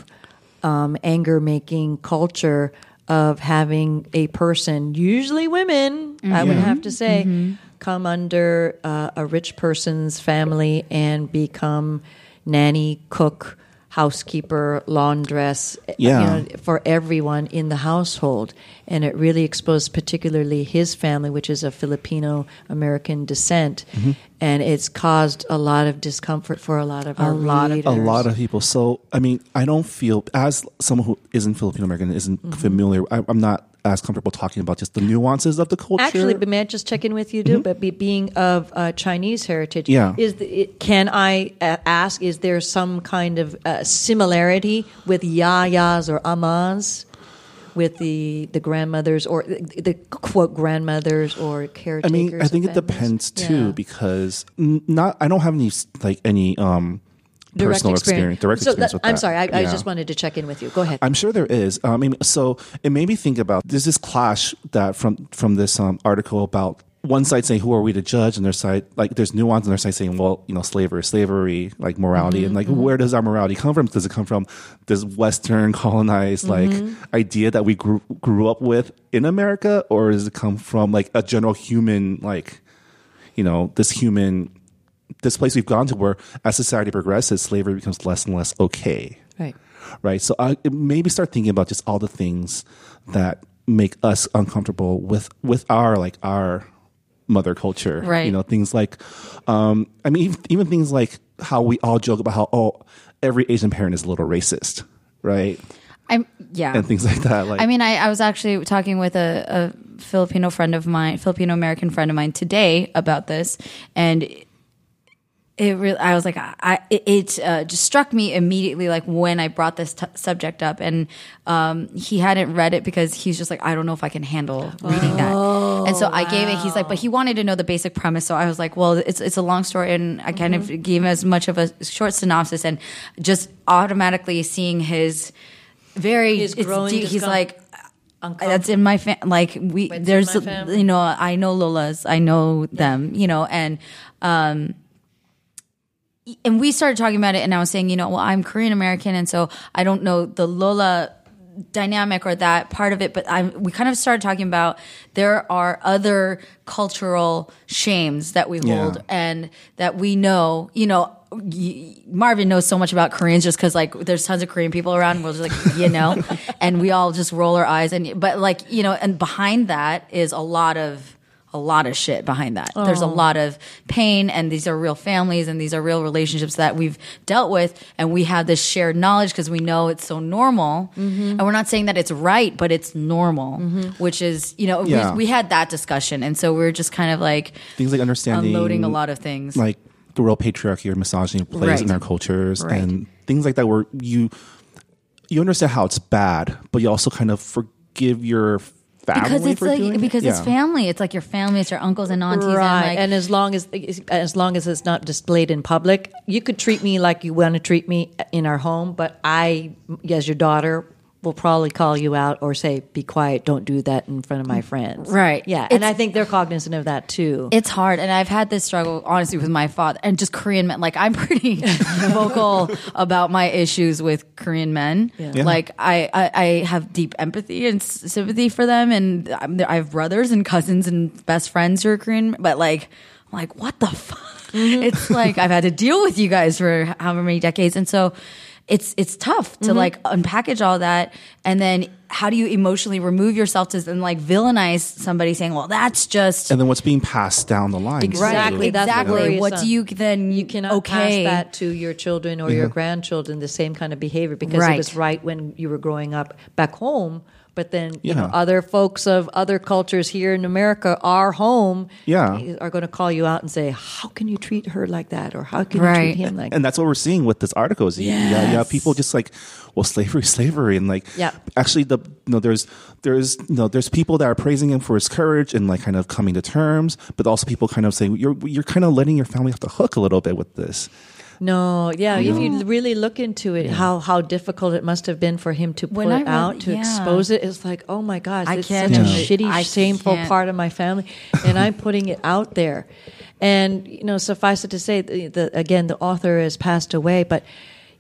F: um, anger making culture of having a person usually women i would
B: Yeah.
F: have to say
B: Mm-hmm.
F: come under uh, a rich person's family and become nanny cook housekeeper laundress eh,
B: Yeah.
F: you know, for everyone in the household. And it really exposed particularly his family, which is of Filipino American descent.
B: Mm-hmm.
F: And it's caused a lot of discomfort for a lot of our
E: lot of-
F: readers.
B: a lot of people. So I mean, I don't feel as someone who isn't Filipino American, isn't
F: Mm-hmm.
B: familiar. I, I'm not as comfortable talking about just the nuances of the culture.
F: Actually, but may I just check in with you, too? But be, being of uh, Chinese heritage,
B: Mm-hmm. Yeah.
F: is the, it, can I uh, ask? Is there some kind of uh, similarity with yayas or amas, with the the grandmothers or the, the quote grandmothers or
B: I
F: caretakers?
B: mean, I
F: of
B: think it
F: families?
B: depends too
F: Yeah.
B: because n- not I don't have any like any um personal experience, direct
F: So
B: experience
F: that-
B: with
F: I'm
B: that.
F: sorry, I, I
B: Yeah.
F: just wanted to check in with you. Go ahead.
B: I'm sure there is. Um, I mean, so it made me think about there's this clash that from from this um, article about one side saying who are we to judge, and their side like there's nuance, and their side saying well you know slavery, slavery like morality, and like where does our morality come from? Does it come from this Western colonized like idea that we grew grew up with in America, or does it come from like a general human like you know this human this place we've gone to where as society progresses slavery becomes less and less okay
F: right.
B: right? So I maybe start thinking about just all the things that make us uncomfortable with with our like our mother culture,
E: Right.
B: You know, things like, um, I mean, even, even things like how we all joke about how oh, every Asian parent is a little racist, right?
E: I'm yeah.
B: And things like that. Like,
E: I mean, I, I was actually talking with a, a Filipino friend of mine, Filipino American friend of mine today about this, and it really, I was like, I, I it, it uh, just struck me immediately, like when I brought this t- subject up, and um, he hadn't read it because he's just like, I don't know if I can handle reading that, and so I gave it. He's like, but he wanted to know the basic premise, so I was like, well, it's it's a long story, and I kind
F: Mm-hmm.
E: of gave him as much of a short synopsis, and just automatically seeing his very
F: His
E: it's
F: growing
E: deep- he's
F: discom-
E: like that's in my fam- like we
F: That's in
E: there's
F: my family.
E: you know I know Lola's I know them you know and um and we started talking about it and I was saying you know well I'm Korean American and so I don't know the Lola dynamic or that part of it but I we kind of started talking about there are other cultural shames that we hold
B: Yeah.
E: and that we know you know Marvin knows so much about Koreans just because like there's tons of Korean people around. And we're just like, [laughs] you know, and we all just roll our eyes and but like you know, and behind that is a lot of a lot of shit behind that. There's a lot of pain, and these are real families, and these are real relationships that we've dealt with, and we have this shared knowledge because we know it's so normal, and we're not saying that it's right, but it's normal, which is you know
B: Yeah.
E: we, we had that discussion, and so we are just kind of like
B: things like understanding
E: unloading a lot of things.
B: like the the real patriarchy or misogyny plays
E: Right.
B: in our cultures
E: Right.
B: and things like that where you you understand how it's bad, but you also kind of forgive your family
E: because it's
B: for doing
E: like
B: it.
E: because it's
B: Yeah.
E: family. It's like your family. It's your uncles and aunties.
F: right.
E: And like,
F: and as long as as long as it's not displayed in public, you could treat me like you want to treat me in our home, but I, as your daughter, will probably call you out or say, "Be quiet! Don't do that in front of my friends."
E: Mm, Right.
F: Yeah, and
E: It's-
F: I think they're cognizant of that too.
E: it's hard and i've had this struggle honestly with my father and just korean men like i'm [laughs] pretty vocal about my issues with korean men
B: Yeah.
E: like I, I i have deep empathy and s- sympathy for them and I'm, i have brothers and cousins and best friends who are korean but like I'm like what the fuck it's like i've had to deal with you guys for however many decades and so it's it's tough to like unpackage all that and then how do you emotionally remove yourself to then like villainize somebody saying well that's just
B: and then what's being passed down the line.
F: Exactly,
B: too.
F: that's the
E: exactly.
F: worry is
E: what
F: that
E: do you then
F: you cannot
E: Mm, okay
F: pass that to your children or your grandchildren the same kind of behavior because
E: Right.
F: it was right when you were growing up back home but then you know
B: Yeah.
F: other folks of other cultures here in america our home eh,
B: Yeah.
F: are going to call you out and say how can you treat her like that or how can you
E: Right.
F: treat him like
B: and that's what we're seeing with this article. Is Yeah, yeah.
F: Yes.
B: People just like, well, slavery, [laughs] slavery, and like,
F: Yeah.
B: Actually, the you know, there's there's you know, there's people that are praising him for his courage and like kind of coming to terms, but also people kind of saying you're you're kind of letting your family off the hook a little bit with this.
F: no yeah if you really look into it how how difficult it must have been for him to
E: When
F: put
E: I
F: it
E: read-
F: out to
E: yeah.
F: expose it it's like oh my gosh
E: I
F: it's
E: can't
F: such a
E: Yeah.
F: shitty
E: I
F: shameful
E: can't.
F: part of my family and i'm putting it out there and you know suffice it to say the, the, again the author has passed away but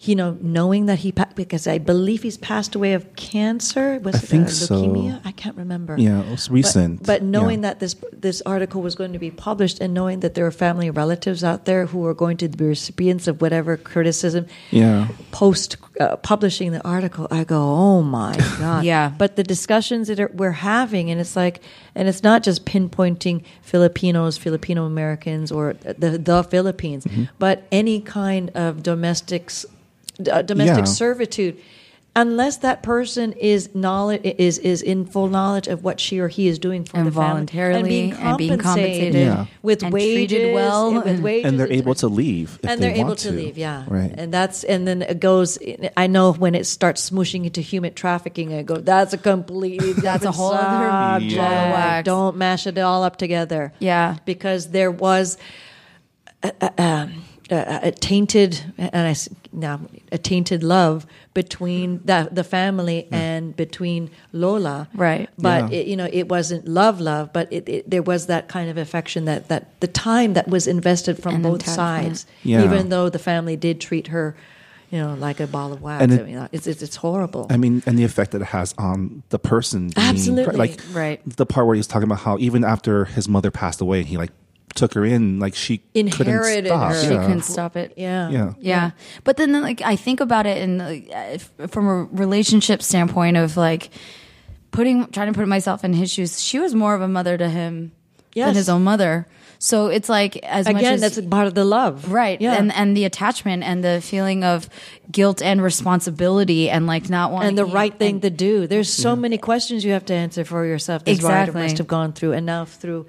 F: you know knowing that he pa- because i believe he's passed away of cancer was
B: I
F: it uh,
B: think so.
F: leukemia i can't remember
B: Yeah, it was
F: But-
B: recent.
F: but, knowing
B: Yeah.
F: that this this article was going to be published and knowing that there are family relatives out there who are going to be recipients of whatever criticism
B: Yeah.
F: post uh, publishing the article, I go, oh
B: [laughs]
F: my god,
E: Yeah.
F: But the discussions that are, we're having, and it's like, and it's not just pinpointing Filipinos, Filipino Americans, or the the Philippines,
B: Mm-hmm.
F: but any kind of domestics, uh, domestic
B: Yeah.
F: servitude. Unless that person is knowledge is is in full knowledge of what she or he is doing for
E: And
F: the family
E: voluntarily, and being compensated.
B: Yeah.
F: with
E: And
F: wages,
E: treated well,
F: and with
E: and-
F: wages,
B: And they're
F: it's-
B: able to leave if they
F: and they're able
B: want
F: to, leave yeah
B: Right.
F: and that's and then it goes i know when it starts smooshing into human trafficking i go that's a
E: [laughs]
F: completely
E: That's a
F: different
E: whole other ball of
F: subject.
E: wax.
F: don't mash it all up together
E: Yeah.
F: because there was a, a, a, a tainted and i s- now a tainted love between the, the family and between lola
E: Right.
F: but
B: Hmm. Yeah.
F: it, you know it wasn't love love but it, it, there was that kind of affection that, that the time that was invested from
E: And
F: both
E: attachment.
F: sides
B: Yeah.
F: even though the family did treat her you know like a ball of wax
B: And it-
F: I mean, it's, it's, it's horrible
B: I mean, and the effect that it has on the person. being-
F: Absolutely.
B: Like,
E: Right.
B: The part where he was talking about how even after his mother passed away and he like took her in, like she
F: Inherited
B: couldn't stop.
F: her.
E: she
B: Yeah.
E: couldn't stop it
F: yeah
B: Yeah.
E: yeah but then like i think about it in like, uh, f- from a relationship standpoint of like putting trying to put myself in his shoes she was more of a mother to him than
F: Yes.
E: his own mother so it's like as much
F: again
E: as
F: that's a part of the love
E: right
F: yeah
E: and and the attachment and the feeling of guilt and responsibility and like not wanting
F: and the right thing
E: and-
F: to do. There's so many questions you have to answer for yourself. This writer
E: Exactly.
F: must have gone through, and now through,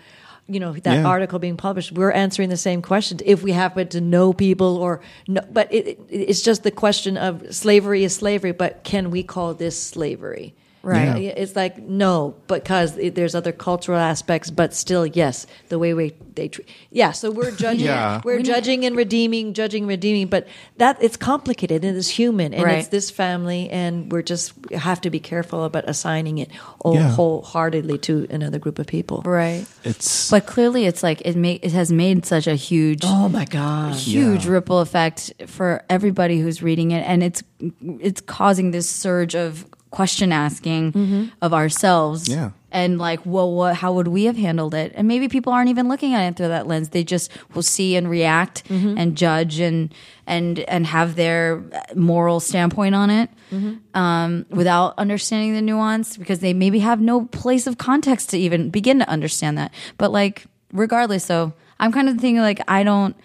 F: you know, that
B: Yeah.
F: article being published, we're answering the same questions if we happen to know people or no. But it, it- it's just the question of slavery is slavery, but can we call this slavery?
E: Right.
B: Yeah.
F: It's like no, because it, there's other cultural aspects, but still, yes, the way we they treat. Yeah, so we're judging.
B: Yeah.
E: We
F: We're
E: need-
F: judging and redeeming, judging, redeeming, but that it's complicated and it's human and it's
E: Right.
F: this family, and we're just we have to be careful about assigning it all
B: Yeah.
F: wholeheartedly to another group of people.
E: right
B: It's
E: but clearly it's like it may it has made such a huge
F: Oh my gosh!
E: huge
B: Yeah.
E: ripple effect for everybody who's reading it and it's it's causing this surge of question asking of ourselves
B: Mm-hmm. Yeah.
E: and like well what how would we have handled it and maybe people aren't even looking at it through that lens they just will see and react
B: Mm-hmm.
E: and judge and and and have their moral standpoint on it um, without understanding the nuance because they maybe have no place of context to even begin to understand that but like regardless so i'm kind of thinking like i don't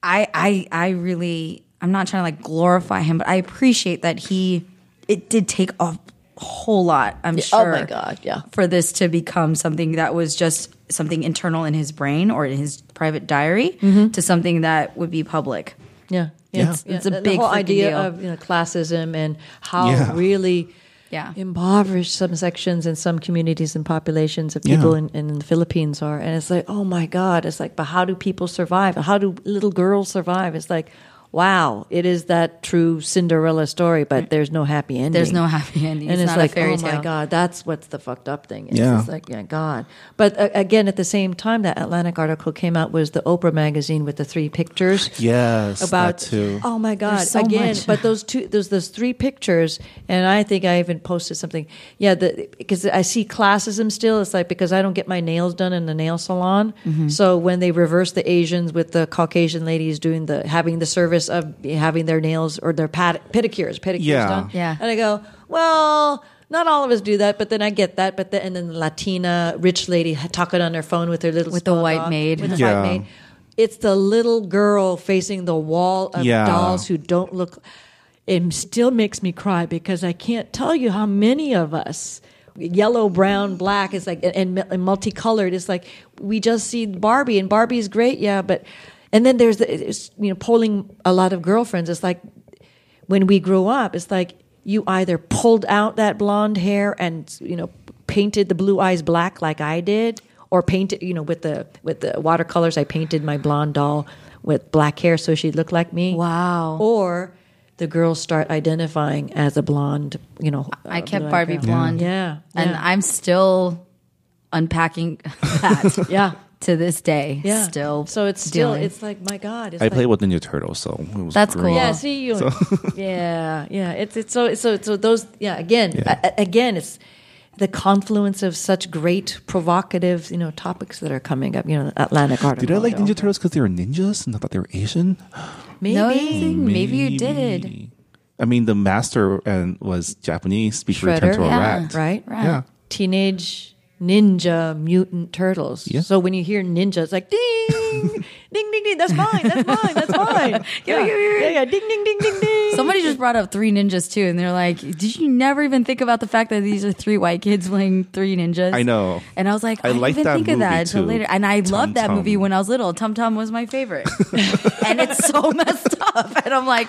E: I I I really I'm not trying to like glorify him, but I appreciate that he it did take a whole lot, I'm
F: Yeah, oh
E: sure.
F: my God, yeah.
E: For this to become something that was just something internal in his brain or in his private diary to something that would be public.
F: Mm-hmm. Yeah,
B: It's-
E: it's a
F: The
E: big
F: whole
E: freaking
F: idea
E: deal.
F: of you know, classism and how
B: Yeah.
F: really
E: Yeah.
F: impoverished some sections and some communities and populations of people
B: Yeah.
F: in, in the Philippines are. And it's like, oh my God! It's like, but how do people survive? How do little girls survive? It's like, wow! It is that true Cinderella story, but there's no happy ending.
E: There's no happy ending.
F: And
E: It's
F: it's,
E: not a
F: like,
E: fairy
F: oh
E: tale.
F: my God, that's what's the fucked up thing. Is.
B: Yeah.
F: It's like, yeah, God. But uh, again, at the same time, that Atlantic article came out was the Oprah magazine with the three pictures
B: Yes,
F: about
B: that too.
F: Oh my God!
E: There's so
F: Again,
E: much.
F: but those two, those those three pictures, and I think I even posted something. Yeah, because I see classism still. It's like because I don't get my nails done in the nail salon.
E: Mm-hmm.
F: So when they reverse the Asians with the Caucasian ladies doing the having the service of having their nails or their pat, pedicures, pedicures
B: Yeah.
F: done.
E: Yeah.
F: and I go well. Not all of us do that, but then I get that. But then, and then the Latina rich lady talking on her phone with her little
E: With the
F: small
E: white
F: dog,
E: maid.
F: with the
B: Yeah.
F: white maid. It's the little girl facing the wall of
B: Yeah.
F: dolls who don't look. It still makes me cry because I can't tell you how many of us, yellow, brown, black, is like and, and multicolored. It's like we just see Barbie and Barbie's great, yeah, but and then there's the, it's, you know polling a lot of girlfriends. It's like when we grew up, it's like you either pulled out that blonde hair and you know painted the blue eyes black like I did, or painted you know with the with the watercolors. I painted my blonde doll with black hair so she looked like me.
E: Wow.
F: Or the girls start identifying as a blonde. You know,
E: I
F: uh,
E: kept
F: blue-eyed
E: Barbie
F: girl.
E: blonde.
F: Yeah,
E: And
F: yeah.
E: I'm still unpacking [laughs] that
F: yeah.
E: to this day.
F: Yeah.
E: Still.
F: so it's still
E: dealing.
F: it's like my God. It's
B: I
F: like,
B: played with Ninja Turtles, so it was
E: That's
B: great.
E: cool.
F: Yeah, see you. [laughs] yeah, yeah. It's it's so so so those. Yeah, again,
B: Yeah.
F: a- a- again, it's the confluence of such great provocative you know topics that are coming up. You know, Atlantic article.
B: Did I like
F: you know.
B: Ninja Turtles because they were ninjas and I thought they were Asian?
F: Maybe.
E: No, maybe. maybe you did.
B: Maybe. I mean, the master and was Japanese. Speaker returned
F: Shredder,
B: to
F: yeah,
B: Iraq.
F: right?
E: Right.
B: Yeah.
F: Teenage Ninja Mutant Turtles.
B: Yeah.
F: So when you hear ninja, it's like ding, ding, ding, ding. That's mine. That's mine. That's mine.
E: Yeah, yeah,
F: yeah,
E: yeah.
F: yeah, yeah. Ding, ding, ding, ding, ding.
E: Somebody just brought up Three Ninjas too, and they're like, "Did you never even think about the fact that these are three white kids playing Three Ninjas?"
B: I know.
E: And I was like,
B: I
E: "I, didn't
B: liked
E: even
B: that
E: think of
B: movie,
E: that until
B: too.
E: later." And I
B: Tum
E: loved that
B: Tum.
E: movie when I was little. Tum Tum was my
B: [laughs]
E: favorite, and it's so [laughs] messed up. And I'm like,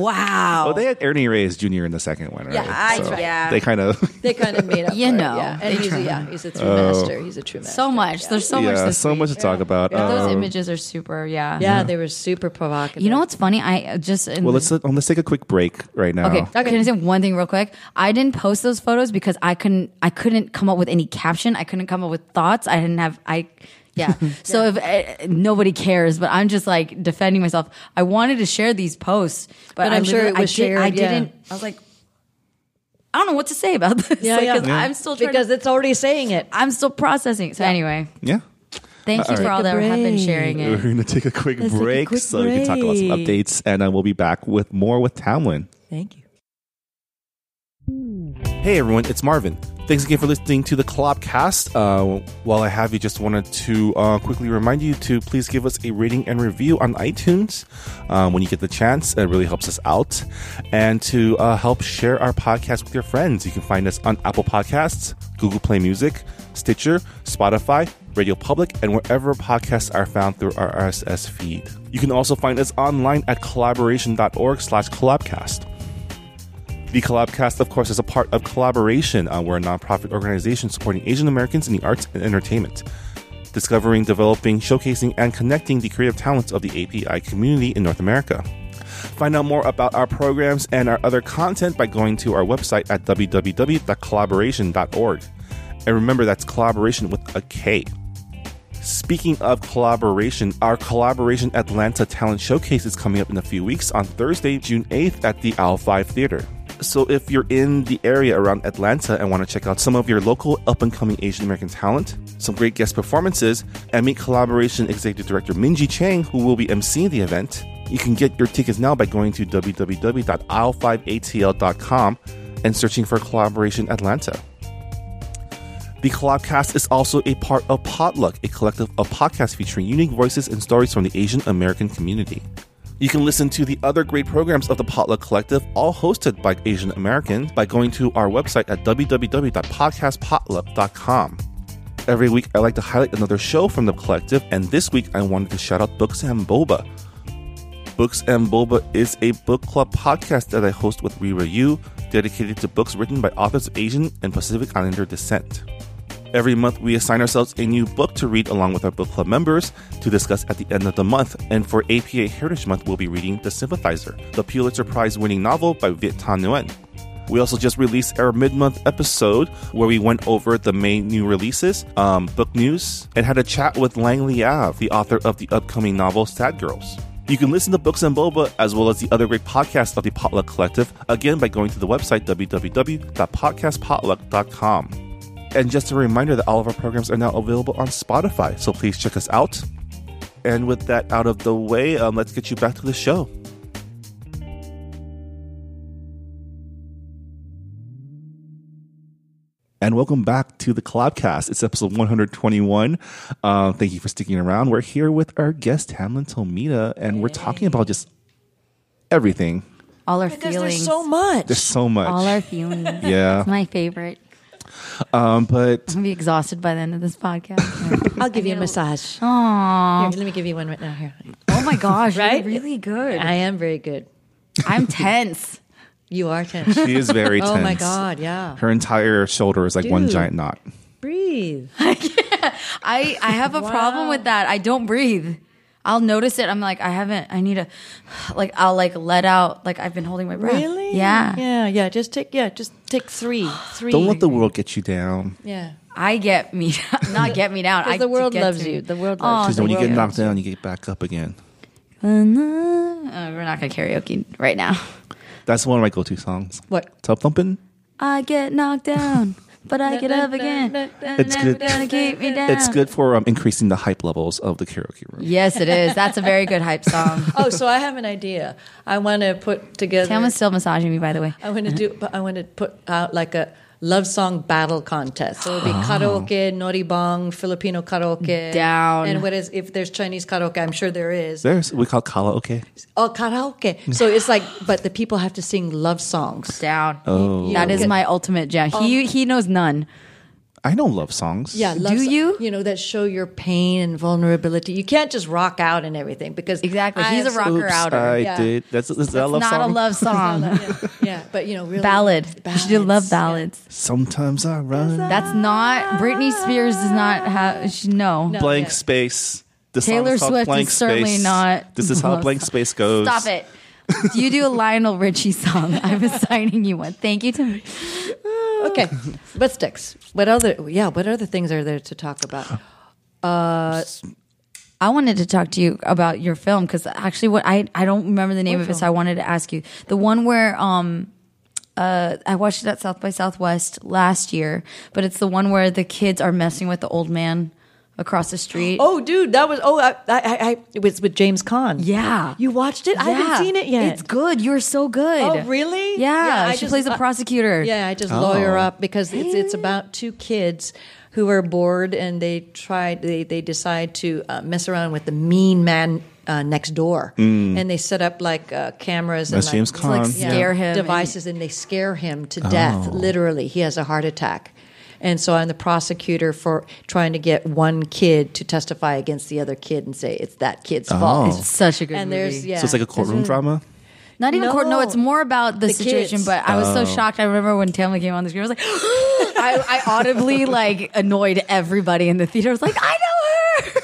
E: "Wow."
B: Well, Oh, they had Ernie Reyes Jr. in the second one, right?
E: Oh. Yeah, I- yeah.
B: They kind of
F: They kind of made up.
E: You
F: for it,
E: know,
F: yeah.
E: they
F: And he's a,
E: tried.
F: yeah, he's a true master. He's a true master.
E: so much.
F: Yeah.
E: There's so much.
B: yeah,
E: This
B: so
E: week.
B: much to talk about.
E: Those
B: Um,
E: images are super. Yeah.
F: Yeah, they were super provocative.
E: You know what's funny? I just in
B: well,
E: the-
B: let's um, let's take a quick break right now.
E: Okay. Can I say one thing real quick? I didn't post those photos because I couldn't. I couldn't come up with any caption. I couldn't come up with thoughts. I didn't have. I.
F: [laughs]
E: Yeah. So if uh, nobody cares, but I'm just like defending myself. I wanted to share these posts, but,
F: But
E: I
F: I'm sure
E: literally- I,
F: it was
E: did, I
F: shared, yeah.
E: didn't. I was like, I don't know what to say about [laughs] this.
F: Yeah,
E: Like,
F: yeah.
E: 'cause
F: Yeah.
E: I'm still trying
F: because
E: to-
F: it's already saying it.
E: I'm still processing. So anyway,
B: Yeah.
E: thank you for all
F: Take a
E: that have been
F: break.
E: sharing
B: We're
E: it.
B: going to take a quick
F: Let's take a
B: break
F: quick
B: so we can talk about some
F: break.
B: updates, and uh, we'll be back with more with Tamlin.
F: Thank you.
B: Hey everyone, it's Marvin. Thanks again for listening to the Collabcast. Uh, while I have you, just wanted to uh, quickly remind you to please give us a rating and review on iTunes um, when you get the chance. It really helps us out. And to uh, help share our podcast with your friends, you can find us on Apple Podcasts, Google Play Music, Stitcher, Spotify, Radio Public, and wherever podcasts are found through our RSS feed. You can also find us online at collaboration.org slash collabcast. The Collabcast, of course, is a part of Collaboration. Uh, we're a nonprofit organization supporting Asian Americans in the arts and entertainment, discovering, developing, showcasing, and connecting the creative talents of the API community in North America. Find out more about our programs and our other content by going to our website at www.collaboration.org. And remember, that's collaboration with a K. Speaking of collaboration, our Collaboration Atlanta Talent Showcase is coming up in a few weeks on Thursday, June 8th at the Al 5 Theater. So if you're in the area around Atlanta and want to check out some of your local up and coming Asian American talent, some great guest performances, and meet Collaboration Executive Director Minji Chang, who will be emceeing the event, you can get your tickets now by going to www.aisle5atl.com and searching for Collaboration Atlanta. The Collabcast is also a part of Potluck, a collective of podcasts featuring unique voices and stories from the Asian American community. You can listen to the other great programs of the Potluck Collective, all hosted by Asian Americans, by going to our website at www.podcastpotluck.com. Every week, I like to highlight another show from the collective, and this week, I wanted to shout out Books and Boba. Books and Boba is a book club podcast that I host with Rira Yu, dedicated to books written by authors of Asian and Pacific Islander descent. Every month, we assign ourselves a new book to read along with our book club members to discuss at the end of the month. And for APA Heritage Month, we'll be reading The Sympathizer, the Pulitzer Prize winning novel by Viet Thanh Nguyen. We also just released our mid month episode where we went over the main new releases, um, book news, and had a chat with Langley Av, the author of the upcoming novel Sad Girls. You can listen to Books and Boba as well as the other great podcasts of the Potluck Collective again by going to the website www.podcastpotluck.com. And just a reminder that all of our programs are now available on Spotify, so please check us out. And with that out of the way, um, let's get you back to the show. And welcome back to the Collabcast. It's episode 121. Uh, thank you for sticking around. We're here with our guest, Hamlin Tomita, and we're talking about just everything.
E: All our
F: Because
E: feelings.
F: there's so much.
B: There's so much.
E: all our feelings.
B: yeah.
E: [laughs] It's my favorite.
B: Um, but
E: I'm gonna be exhausted by the end of this podcast.
F: I'll give you a massage.
E: Aw.
F: Here, let me give you one right now. Here,
E: Oh my gosh,
F: Right?
E: you're really good.
F: I am very good.
E: I'm tense.
F: You are tense.
B: she is
E: [laughs]
B: very tense.
F: oh my god, yeah.
B: Her entire shoulder is like one
F: Dude.
B: giant knot.
F: Breathe.
E: I, I have a problem with that. I don't breathe. I'll notice it. I'm like, I haven't, I need to, like, I'll like let out, like, I've been holding my breath.
F: Really?
E: Yeah.
F: Yeah, yeah. Just take yeah, just
E: [gasps]
F: take three. Three
B: Don't let the world get you down.
F: Yeah.
E: I get me, [laughs] not get me
F: [laughs]
E: down. I
F: Because the world
E: get to
F: loves
E: me.
F: you. The world
E: Aw,
F: loves
B: Because
E: the
B: when you
E: world
B: get
E: loves
B: knocked down, you get back up again.
E: Uh, we're not gonna karaoke right now.
B: That's one of my go to songs.
F: What?
B: Tub thumping?
E: I get knocked down, but I get up again.
B: It's good.
E: Gonna keep me down.
B: It's good for um, increasing the hype levels of the karaoke room.
E: Yes, it is. That's a very good hype song.
B: [laughs]
F: oh, so I have an idea. I want to put together.
E: Tam is still massaging me, by the way.
F: I want to do. but I want to put out like a love song battle contest. So it'll be
B: Ah.
F: karaoke, noribang, Filipino karaoke.
E: Down.
F: And what is if there's Chinese karaoke? I'm sure there is.
B: There's, we call it karaoke.
F: Oh, karaoke. So it's like, but the people have to sing love songs.
E: Down.
B: Oh.
E: That is my ultimate jam. He he knows none.
B: I know love songs.
F: Yeah, love
E: Do
F: so-
E: you?
F: You know that show your pain and vulnerability. You can't just rock out and everything because
E: Exactly.
F: I
E: He's a
F: have-
E: rocker
B: Oops,
E: outer.
B: I
F: Yeah.
B: did. That's, is that a love
E: not
B: song?
E: a love song.
F: Yeah, but you know, really
E: Ballad. You should do love
F: ballads, yeah.
E: ballads.
B: Sometimes I run
E: That's not Britney Spears does not have she, no.
F: No.
B: blank
F: yeah.
B: space. This song
E: Taylor
B: is called
E: Swift
B: blank
E: is certainly
B: space.
E: not
B: This is how
E: love
B: blank
E: song.
B: space goes.
E: Stop it. you do a Lionel Richie song. [laughs] I'm assigning you one. Thank you to me.
F: Okay, but sticks. What other? Yeah, what other things are there to talk about?
E: I wanted to talk to you about your film because actually, what I I don't remember the name
F: What
E: of it, so
F: film?
E: I wanted to ask you the one where um. Uh, I watched it at South by Southwest last year, but it's the one where the kids are messing with the old man across the street.
F: Oh, dude, that was oh, I, I, I it was with James Caan.
E: yeah,
F: you watched it? I
E: Yeah.
F: haven't seen it yet.
E: It's good. You're so good.
F: Oh, really?
E: Yeah,
F: Yeah, I
E: she
F: just-
E: plays a
F: I-
E: prosecutor.
F: Yeah, I just lawyer
B: Oh.
F: up because it's it's about two kids who are bored and they try they they decide to uh, mess around with the mean man uh, next door,
B: Mm.
F: and they set up like uh, cameras
B: That's
F: and
B: James
F: like,
B: Caan. Like,
E: scare him and-
F: devices, and, they scare him to death.
B: Oh.
F: Literally, he has a heart attack. And so I'm the prosecutor for trying to get one kid to testify against the other kid and say it's that kid's fault.
E: It's such a good
F: and
E: movie.
F: there's yeah.
B: Oh. So it's like a courtroom drama.
E: Not even court. No,
F: No.
E: it's more about the,
F: The
E: situation.
F: kids.
E: But I was so shocked. I remember when Tamla came on the screen. I was like, [gasps] I, I audibly like annoyed everybody in the theater. I was like, I know her.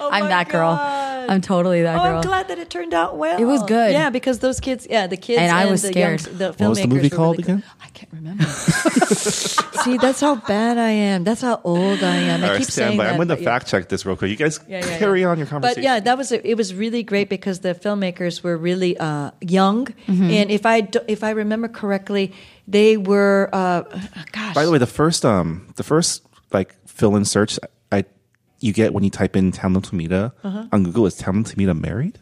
F: Oh
E: I'm
F: my
E: that girl.
F: God.
E: I'm totally that
F: Oh,
E: girl.
F: I'm glad that it turned out well.
E: It was good.
F: Yeah, because those kids, yeah, the kids,
E: And I was
F: the
E: scared.
F: youngs- the
B: What was the
F: filmmakers
B: movie
F: were
B: called
F: really good.
B: again?
F: I can't remember. See, that's how bad I am. That's how old I am. I
B: All right,
F: keep saying
B: stand by.
F: that.
B: I'm going to
F: but yeah.
B: fact check this real quick. You guys
F: Yeah, yeah,
B: carry
F: yeah.
B: on your conversation.
F: But yeah, that was a, it. Was really great because the filmmakers were really uh, young,
E: Mm-hmm.
F: and if I do, if I remember correctly, they were. Uh,
E: [gasps]
F: gosh,
B: By the way, the first um the first like fill in search I you get when you type in Tamlin Tomita
F: Uh-huh.
B: on Google is Tamlin Tomita married?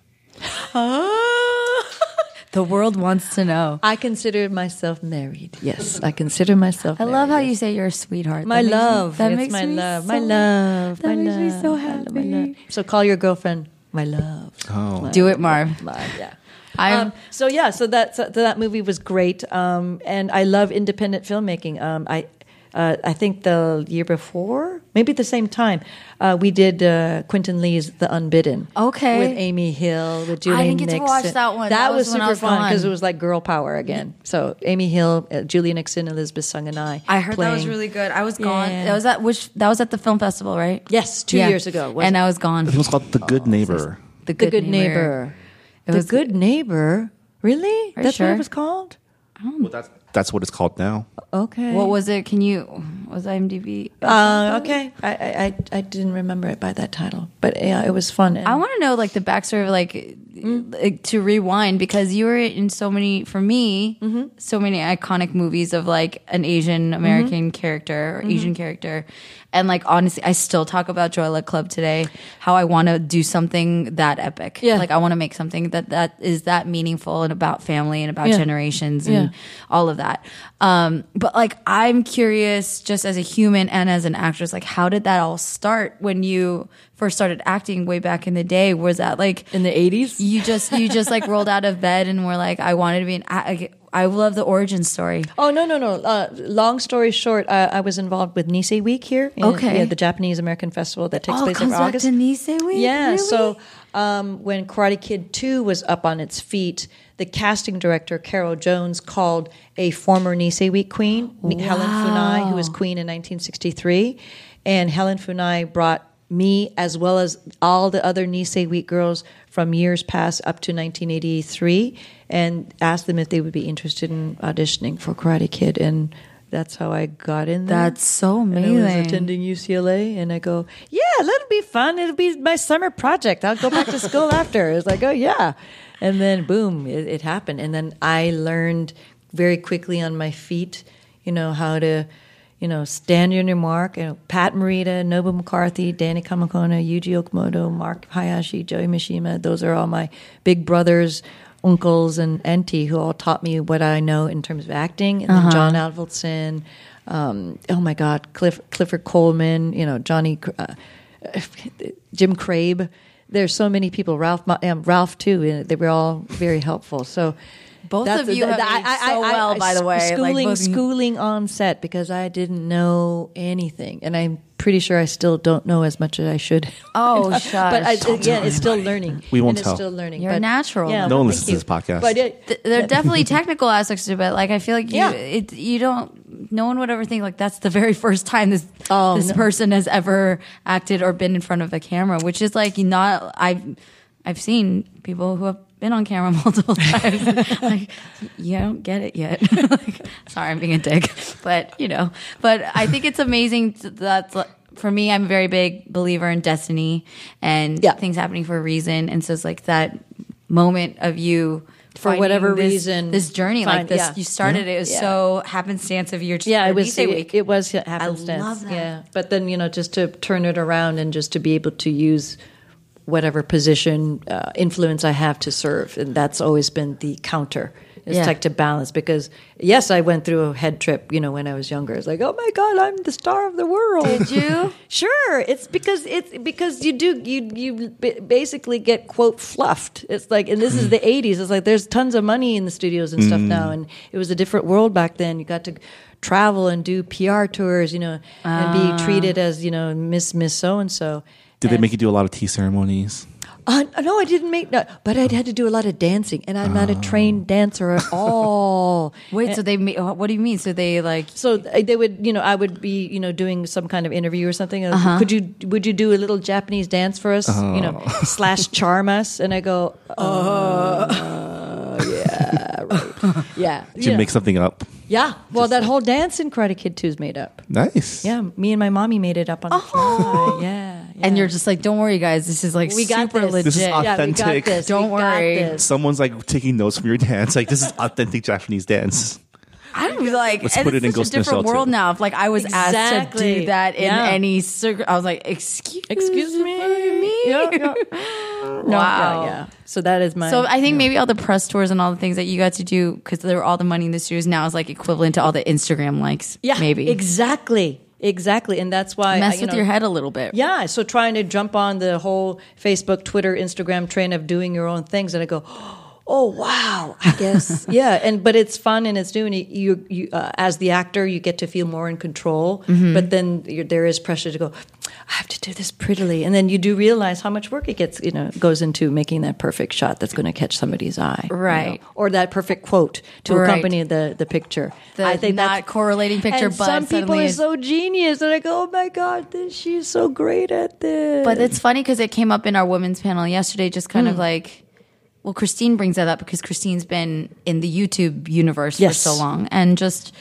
E: the world wants to know.
F: I consider myself married. Yes, I consider myself.
E: I love
F: married.
E: how you say you're a sweetheart.
F: My
E: That makes me-
F: love.
E: that
F: It's
E: makes
F: my
E: me
F: love.
E: so-
F: my love.
E: That
F: my
E: makes me
F: love,
E: so
F: my love, my
E: happy.
F: love. So call your girlfriend. my love.
B: Oh.
F: My
E: Do it, Marv.
F: love, yeah.
E: [laughs] I'm-
F: Um, so yeah, so that so that movie was great, um, and I love independent filmmaking. Um, I uh, I think the year before, maybe at the same time, uh, we did uh, Quentin Lee's The Unbidden.
E: Okay.
F: with Amy Hill, with Julie
E: didn't get to
F: Nixon.
E: watch that one.
F: That,
E: That
F: was,
E: was when
F: super
E: I was
F: fun
E: gone.
F: because it was like girl power again. So Amy Hill, uh, Julie Nixon, Elizabeth Sung, and I.
E: I heard that was
F: playing-
E: really good. I was
F: Yeah.
E: gone. That was at which that was at the film festival, right?
F: Yes, two
E: Yeah.
F: years ago, wasn't
E: and
F: it?
E: I was gone.
B: It was called The Good Neighbor.
E: The
F: The Good Neighbor.
E: It
F: the
E: was
F: Good Neighbor. Really?
E: you
F: That's what
E: sure?
F: it was called.
B: Well, that's, that's what it's called now.
F: Okay.
E: What was it? Can you was IMDb?
F: Uh, okay, I, I I- I didn't remember it by that title, but yeah, Mm. it was fun. And
E: I want to know like the backstory of like like, to rewind because you were in so many for me
F: Mm-hmm.
E: so many iconic movies of like an Asian American
F: Mm-hmm.
E: character or Asian character, and like honestly, I still talk about Joyla Club today. How I want to do something that epic.
F: Yeah.
E: like I want to make something that that is that meaningful and about family and about
F: Yeah.
E: generations and
F: Yeah.
E: all of that. Um, but like I'm curious, just as a human and as an actress, like how did that all start when you first started acting way back in the day? Was that like
F: in the eighties.
E: you just you just like rolled out of bed and were like, I wanted to be an. I, I love the origin story.
F: Oh no no no! Uh, long story short, I, I was involved with Nisei Week here. in-
E: Okay.
F: yeah, the Japanese American festival that takes
E: Oh, it
F: place every
E: comes back
F: August.
E: to Nisei Week?
F: Yeah.
E: Really?
F: So um, when Karate Kid Two was up on its feet, the casting director Carol Jones called a former Nisei Week queen, Ni- Helen Funai, who was queen in 1963, and Helen Funai brought me as well as all the other Nisei Week girls from years past up to 1983 and asked them if they would be interested in auditioning for Karate Kid and that's how I got in there.
E: That's so
F: And I was
E: amazing.
F: attending UCLA, and I go, yeah, that'll be fun. It'll be my summer project. I'll go back to school after. It's like, oh yeah, and then boom, it, it happened. And then I learned very quickly on my feet, you know, how to, you know, stand on your mark. You know, Pat Morita, Nobu McCarthy, Danny Kamakona, Yuji Okamoto, Mark Hayashi, Joey Mishima. Those are all my big brothers. Uncles and auntie who all taught me what I know in terms of acting, and then John Avildsen, um, oh my God, Cliff, Clifford Coleman, you know Johnny, uh, Jim Crabe. There's so many people. Ralph, Ma- um, Ralph too. and They were all very helpful. So
E: Both of you have aged so well, by the way, like
F: Schooling,
E: both of you-
F: schooling on set because I didn't know anything, and I'm pretty sure I still don't know as much as I should.
E: Oh, shush.
F: [laughs] but I,
B: Don't
F: again,
B: tell
F: it's still
B: anybody.
F: learning.
B: We won't
F: and
B: tell.
F: It's still learning.
E: You're
F: but-
E: natural.
F: Yeah,
B: one
E: No
F: but thank
B: listens to
F: you.
B: this podcast.
F: But it,
E: Th- there are
F: [laughs]
E: definitely technical aspects to it. Like I feel like you,
F: Yeah.
E: it, you don't. No one would ever think like that's the very [laughs] first time this
F: Oh,
E: this
F: no.
E: person has ever acted or been in front of a camera, which is like not. I've I've seen people who have been on camera [laughs] multiple times. [laughs] like you don't get it yet. [laughs] like, sorry, I'm being a dick, [laughs] but you know. But I think it's amazing t- that's. like- For me, I'm a very big believer in destiny and
F: Yeah.
E: things happening for a reason. And so it's like that moment of you
F: For
E: finding
F: whatever
E: this-
F: reason,
E: this journey
F: find-
E: like this
F: yeah.
E: you started it was
F: Yeah.
E: so happenstance of your
F: yeah,
E: your
F: it was
E: birthday
F: it,
E: week
F: it was happenstance.
E: love that.
F: Yeah, but then you know, just to turn it around and just to be able to use whatever position uh, influence I have to serve, and that's always been the counter. It's
E: Yeah.
F: like to balance because yes, I went through a head trip. You know, when I was younger, it's like, oh my god, I'm the star of the world.
E: did you
F: [laughs] Sure, it's because it's because you do you you ba- basically get quote fluffed. It's like, and this is the '80s. It's like there's tons of money in the studios and stuff now, and it was a different world back then. You got to travel and do PR tours, you know, and be treated as you know Miss Miss So and So.
B: Did they make you do a lot of tea ceremonies?
F: Uh, no, I didn't make no, but I had to do a lot of dancing, and I'm not a trained dancer at all.
E: wait so they ma- what do you mean so they like
F: so th- they would you know i would be you know doing some kind of interview or something and
E: Uh-huh.
F: could you would you do a little japanese dance for us you know
E: Oh. [laughs]
F: slash charm us and i go uh, yeah
E: [laughs]
F: right. yeah
B: Did you
F: Yeah.
B: make something up?
F: yeah well that whole dance in karate kid 2 is made up
B: Nice.
F: yeah me and my mommy made it up on the fly yeah, yeah.
E: Uh-huh. [laughs] and you're just like don't worry guys this is like
F: we got
E: super
F: this.
E: legit
B: This is awesome.
F: Yeah, we
B: authentic.
F: got this.
E: Don't
F: We got
E: worry.
F: this.
B: Someone's like taking notes from your [laughs] dance. Like this is authentic Japanese dance.
E: i'm like
B: Let's
E: and
B: put
E: it's
B: it in
E: such
B: Ghost
E: a
B: in the
E: different
B: Shell,
E: world
B: too.
E: now if like i was asked to do
F: Exactly.
E: that in
F: Yeah.
E: any circle i was like excuse
F: Excuse me?
E: me
F: Yeah,
E: [laughs]
F: yeah. No,
E: wow
F: yeah, yeah. So that is my.
E: So I think maybe all the press tours and all the things that you got to do because there were all the money in the studios now is like equivalent to all the Instagram likes.
F: Yeah,
E: maybe
F: exactly. Exactly, and that's why I-
E: Mess
F: you
E: with
F: know,
E: your head a little bit.
F: Yeah, so trying to jump on the whole Facebook, Twitter, Instagram train of doing your own things, and I go, [gasps] oh wow,
E: [laughs]
F: I guess yeah. And but it's fun and it's new, and you, you, you uh, as the actor, you get to feel more in control.
E: Mm-hmm.
F: But then you're, there is pressure to go, I have to do this prettily, and then you do realize how much work it gets, you know, goes into making that perfect shot that's going to catch somebody's eye, you know,
E: Right.
F: or that perfect quote to
E: Right.
F: accompany the the picture.
E: The not correlating picture,
F: and
E: but
F: some people
E: suddenly
F: are
E: it's-
F: so genius, and I go, oh my god, this, she's so great at this.
E: But it's funny because it came up in our women's panel yesterday, just kind of like, well, Christine brings that up because Christine's been in the YouTube universe
F: Yes.
E: for so long. And just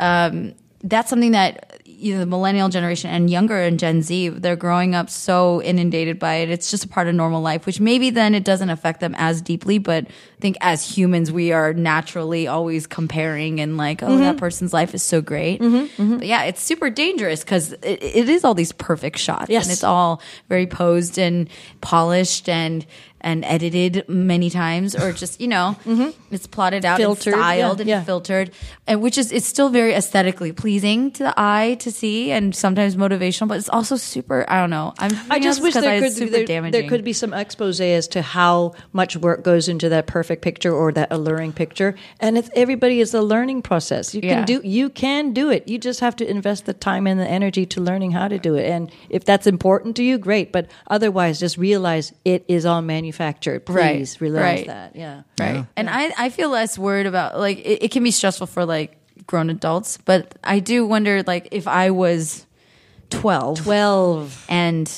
E: um, that's something that you know, the millennial generation and younger and Gen Z, they're growing up so inundated by it. It's just a part of normal life, which maybe then it doesn't affect them as deeply. But I think as humans, we are naturally always comparing and like, oh, that person's life is so great. But yeah, it's super dangerous because it, it is all these perfect shots.
F: Yes.
E: And it's all very posed and polished and and edited many times or just you know it's plotted out
F: Filtered,
E: and styled
F: yeah,
E: and
F: yeah.
E: filtered and which is it's still very aesthetically pleasing to the eye to see and sometimes motivational but it's also super i don't know i'm
F: I just wish there could,
E: it's super
F: there,
E: damaging.
F: there could be some expose as to how much work goes into that perfect picture or that alluring picture, and it's everybody is a learning process. You
E: Yeah.
F: can do you can do it. You just have to invest the time and the energy to learning how to do it. And if that's important to you, great. But otherwise, just realize it is all manufactured.
E: Right,
F: Please realize
E: right.
F: that. Yeah.
E: right and I, I feel less worried about like it, it can be stressful for like grown adults but i do wonder like if i was 12
F: Twelve.
E: and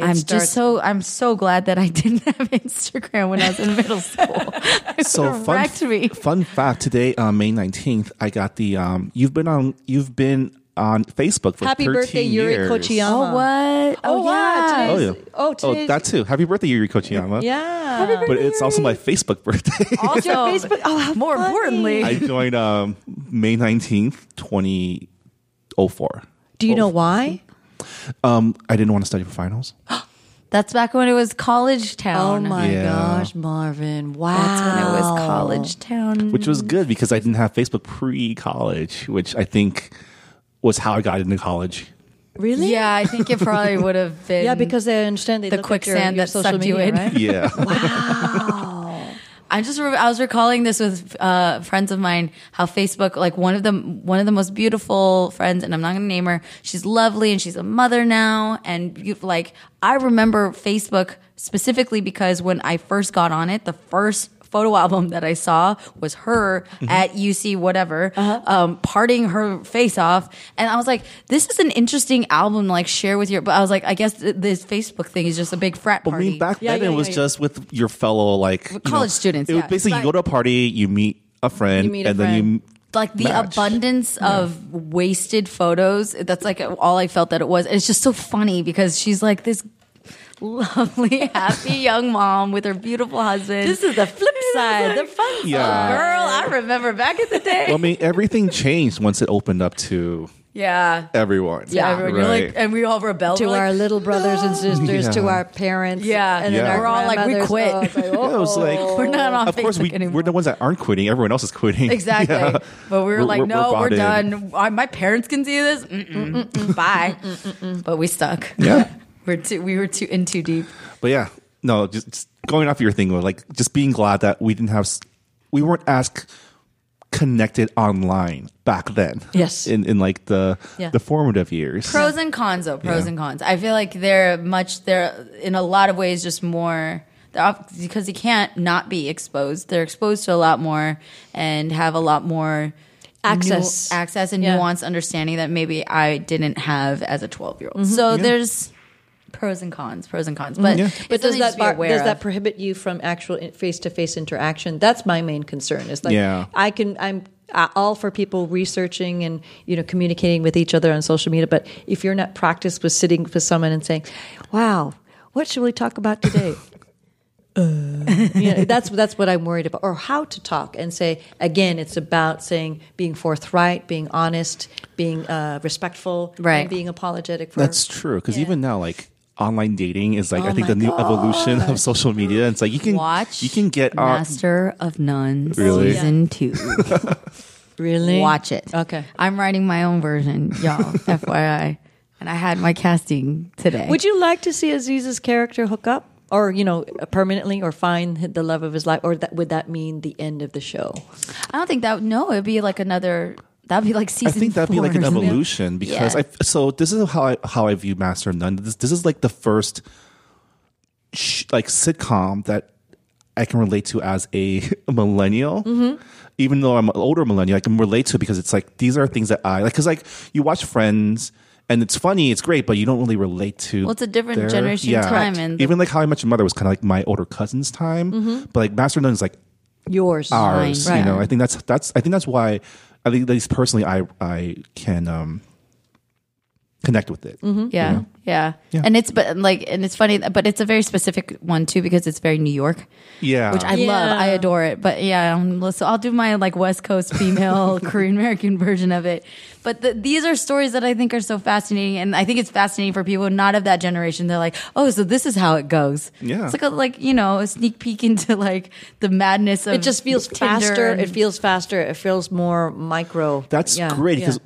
E: I'm
F: starts-
E: just so I'm so glad that I [laughs] didn't have Instagram when I was in
F: [laughs]
E: middle school. It
B: So
E: would've
B: fun,
E: wrecked
B: [laughs]
E: me.
B: fun fact today, uh, May nineteenth, I got the um. You've been on. You've been on Facebook for
F: Happy
B: 13
F: birthday, Yuri
B: years.
F: Kochiyama.
E: Oh what?
F: Oh, wow,
E: yeah.
B: Oh yeah.
F: Oh,
B: oh
F: today's-
B: that too. Happy birthday, Yuri Kochiyama.
F: Yeah.
B: But it's also my Facebook
F: [laughs]
B: birthday.
E: Also,
F: Facebook- oh, how
E: more
F: funny.
E: importantly,
B: I joined um May nineteenth, twenty oh four.
F: Do you know why?
B: I didn't want to study for finals.
E: that's back when it was college
F: Oh
E: town.
F: my
B: Yeah.
F: gosh, Marvin! Wow.
E: That's when it was college town.
B: which
F: Mm.
B: was good because I didn't have Facebook pre college, which I think was how I got into college.
F: Really?
E: yeah, I think it probably would [laughs] have been.
F: Yeah, because I understand they
E: the
F: look at your-
E: quicksand
F: your
E: that
F: social
E: sucked you
F: media,
E: in. [laughs]
F: Right?
B: Yeah.
F: [laughs]
E: I just re- I was recalling this with uh, friends of mine how Facebook like one of the one of the most beautiful friends and I'm not gonna name her she's lovely and she's a mother now and you like I remember Facebook specifically because when I first got on it the first photo [laughs] album that I saw was her at UC whatever um, parting her face off and I was like this is an interesting album like share with your but I was like I guess th- this Facebook thing is just a big frat
B: I
E: party
B: mean, back
F: Yeah,
B: then
F: yeah,
B: it was
F: yeah, yeah.
B: just with your fellow, like you
E: college students,
B: It would
E: yeah.
B: basically you go to a party, you meet a friend,
F: You meet a
B: and then you.
E: like the
B: matched.
E: abundance of wasted photos that's like all i felt that it was and it's just so funny because she's like this lovely [laughs] happy young mom with her beautiful husband
F: This is the flip side, the fun side.
B: Yeah.
E: girl i remember back in the day
B: Well, I mean,
E: [laughs]
B: everything changed once it opened up to
E: yeah
B: everyone.
E: yeah, everyone, you're like,
B: Right.
E: and we all rebelled
F: To
E: We're like,
F: our little brothers and sisters, to
B: [laughs] Yeah.
F: our parents,
E: Yeah.
F: and then
B: Yeah.
F: our
B: We're all
E: like, we
F: grandmothers.
E: quit.
F: Oh, it's like, oh.
B: Yeah, it was like,
E: [laughs] we're not on
B: of course,
E: Facebook
B: we,
E: anymore.
B: we're [laughs] the ones that aren't quitting. Everyone else is quitting. [laughs]
E: Exactly.
B: Yeah.
E: But we were, like, no, we're,
B: bought in.
E: done. I- My parents can see this. Mm-mm, mm-mm, bye. But we stuck.
B: Yeah.
E: We're too, we were too in too deep.
B: But yeah, no, just, just going off your thing, like just being glad that we didn't have, s- we weren't as c- connected online back then.
F: Yes.
B: in in like the
F: Yeah.
B: the formative years.
E: pros and cons though pros
B: Yeah.
E: and cons i feel like they're much they're in a lot of ways just more they're off, because they can't not be exposed they're exposed to a lot more and have a lot more
F: Oh, Access.
E: nu- access and
F: Yeah.
E: nuanced understanding that maybe i didn't have as a 12 year
F: Mm-hmm.
E: old so there's pros and cons pros and cons but,
B: Yeah.
E: it's
F: But does
E: something just
F: that
E: to be
F: bar,
E: aware
F: does that
E: of.
F: prohibit you from actual face to face interaction? That's my main concern. Is like
B: Yeah.
F: I can I'm uh, all for people researching and you know communicating with each other on social media, but if you're not practiced with sitting with someone and saying, "Wow, what should we talk about
B: [laughs]
F: today?" Uh. yeah, that's that's what I'm worried about, or how to talk and say. Again, it's about saying being forthright, being honest, being uh, respectful,
E: Right.
F: and being apologetic for
B: that's true. Because even now, like online dating is like
F: Oh
B: I think
F: my
B: the new evolution of social media. It's like you can uh,
E: watch
B: you can get on.
E: master of nuns
F: [laughs]
B: Really?
E: season two
F: Really?
E: Watch it.
F: Okay.
E: I'm writing my own version, y'all.
F: [laughs]
E: FYI. And I had my casting today.
F: Would you like to see Aziz's character hook up? Or you know, permanently, or find the love of his life, or that, would that mean the end of the show?
E: I don't think that. No, it'd be like another. That'd be like
B: I
E: season.
B: think that'd be
E: four
B: like an
E: or something.
B: evolution because
E: Yeah.
B: I so this is how I how I view Master of None. This this is like the first sh- like sitcom that I can relate to as a [laughs] millennial.
E: Mm-hmm.
B: Even though I'm an older millennial, I can relate to it because it's like these are things that I like. Because like you watch Friends. And it's funny, it's great, but you don't really relate to.
E: Well, it's a different generation time and- Mm-hmm.
B: even like How I Met Your Mother was kind of like my older cousin's time, but like Master of None is like
F: Yours,
B: ours.
E: Right.
B: You know, I think that's that's I think that's why I think at least personally I I can um connect with it.
E: Yeah, yeah,
B: Yeah.
E: And it's but like and it's funny, but it's a very specific one too because it's very New York,
B: Yeah.
E: which I love. I
F: Yeah.
E: adore it. But yeah, um, so I'll do my like West Coast
F: [laughs]
E: female Korean American version of it. But the, these are stories that I think are so fascinating, and I think it's fascinating for people not of that generation. They're like, oh, so this is how it goes.
B: Yeah.
E: it's like a like you know a sneak peek into like the madness of
F: it just feels
E: Tinder
F: faster.
E: and-
F: it feels faster. It feels more micro.
B: that's
F: Yeah,
B: great
F: yeah.
B: because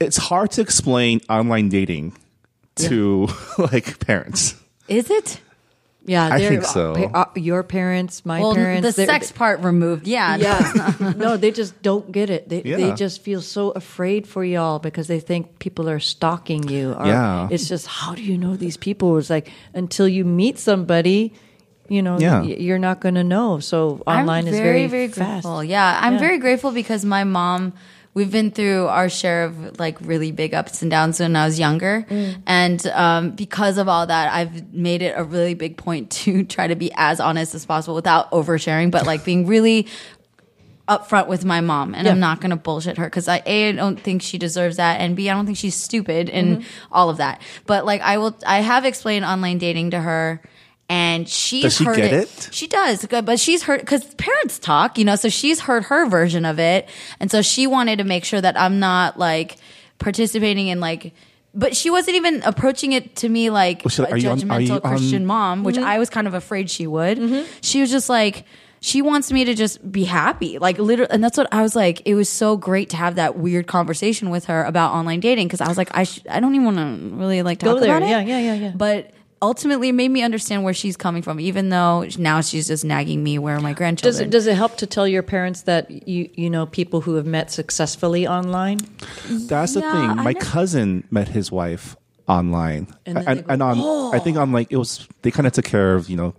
B: it's hard to explain online dating to [laughs] like parents.
E: is it.
F: yeah,
B: I
F: they're-
B: think so.
F: uh, your parents, my
E: Well,
F: parents,
E: the
F: they're-
E: sex part removed. Yeah,
F: Yeah.
E: [laughs]
F: no, they just don't get it. They,
B: Yeah.
F: they just feel so afraid for y'all because they think people are stalking you. Or
B: Yeah.
F: It's just, how do you know these people? It's like, until you meet somebody, you know,
B: Yeah.
F: y- you're not going to know. So online is very, fast.
E: grateful. Yeah, I'm
F: Yeah.
E: very grateful because my mom. We've been through our share of like really big ups and downs when I was younger,
F: Mm.
E: and um, because of all that, I've made it a really big point [laughs] to try to be as honest as possible without oversharing, but like being really upfront with my mom and I'm
F: Yeah.
E: not going to bullshit her cuz I a I don't think she deserves that and b I don't think she's stupid
F: Mm-hmm.
E: and all of that. But like I will I have explained online dating to her and she's
B: Does she
E: heard
B: get
E: it.
B: it?
E: She does, good, but she's heard cuz parents talk, you know, so she's heard her version of it and so she wanted to make sure that I'm not like participating in like but she wasn't even approaching it to me like
B: Well, she-
E: a
B: are you on-
E: judgmental
B: are you on-
E: Christian mom,
F: Mm-hmm.
E: which I was kind of afraid she would. She was just like, she wants me to just be happy. Like, literally, and that's what I was like. It was so great to have that weird conversation with her about online dating because I was like, I, sh- I don't even want to really like talk
F: Go there.
E: about it.
F: Yeah, yeah, yeah, yeah.
E: But ultimately, it made me understand where she's coming from, even though now she's just nagging me where are my grandchildren.
F: Does it, does it help to tell your parents that you, you know people who have met successfully online?
B: That's the
E: Yeah,
B: thing.
E: I
B: My
E: know.
B: cousin met his wife online.
F: And
B: And,
F: then they
B: and, on
E: "Oh!"
B: I think on like it was they kind of took care of, you
E: [laughs]
B: know,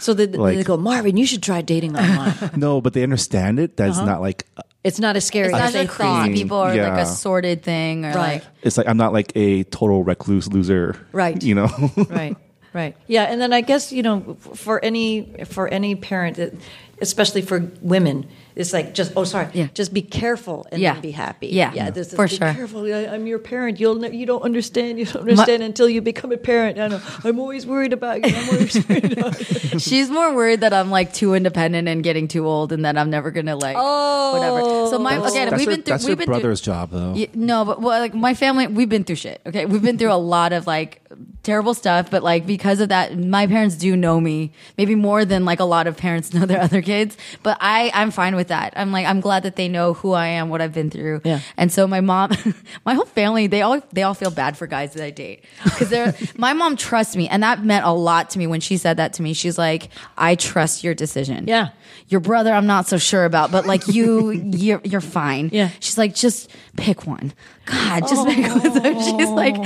F: So they, they
B: Like-
F: go, Marvin, you should try dating online.
B: no, but they understand it.
E: Uh-huh.
B: That's not like uh,
F: it's not as scary
E: it's not
F: as they
E: like crazy
F: think.
E: people or like
B: Yeah.
E: a sordid thing or like
F: Right.
B: it's like I'm not like a total recluse loser.
F: Right.
B: You know. [laughs]
F: right right yeah and then i guess you know for any for any parent it- especially for women it's like just oh sorry
E: Yeah.
F: just be careful and
E: Yeah.
F: then be happy
E: Yeah.
F: yeah this is
E: For
F: be
E: sure.
F: careful I, i'm your parent you'll ne- you don't understand you don't understand until you become a parent i know i'm always worried about you i'm
E: [laughs]
F: always worried about you.
E: She's more worried that I'm like too independent and getting too old, and that I'm never gonna like
F: Oh.
E: whatever. So my
B: That's-
E: again,
B: that's
E: we've
B: her-
E: been through.
B: that's
E: we've
B: her
E: been
B: brother's
E: through,
B: job, though.
E: Y- no, but well, like my family, we've been through shit. Okay, we've been through a lot of like terrible stuff, but like because of that, my parents do know me maybe more than like a lot of parents [laughs] know their other kids. But I, I'm fine with that. I'm like, I'm glad that they know who I am, what I've been through.
F: Yeah.
E: And so my mom, [laughs] my whole family, they all they all feel bad for guys that I date because they're [laughs] my mom trusts me, and that meant a lot to me when she said that to me. She's like, I trust your decision.
F: Yeah.
E: Your brother, I'm not so sure about, but like
F: [laughs]
E: you, you're, you're fine.
F: Yeah.
E: She's like, just pick one. God, just pick one. So
F: Oh.
E: she's like,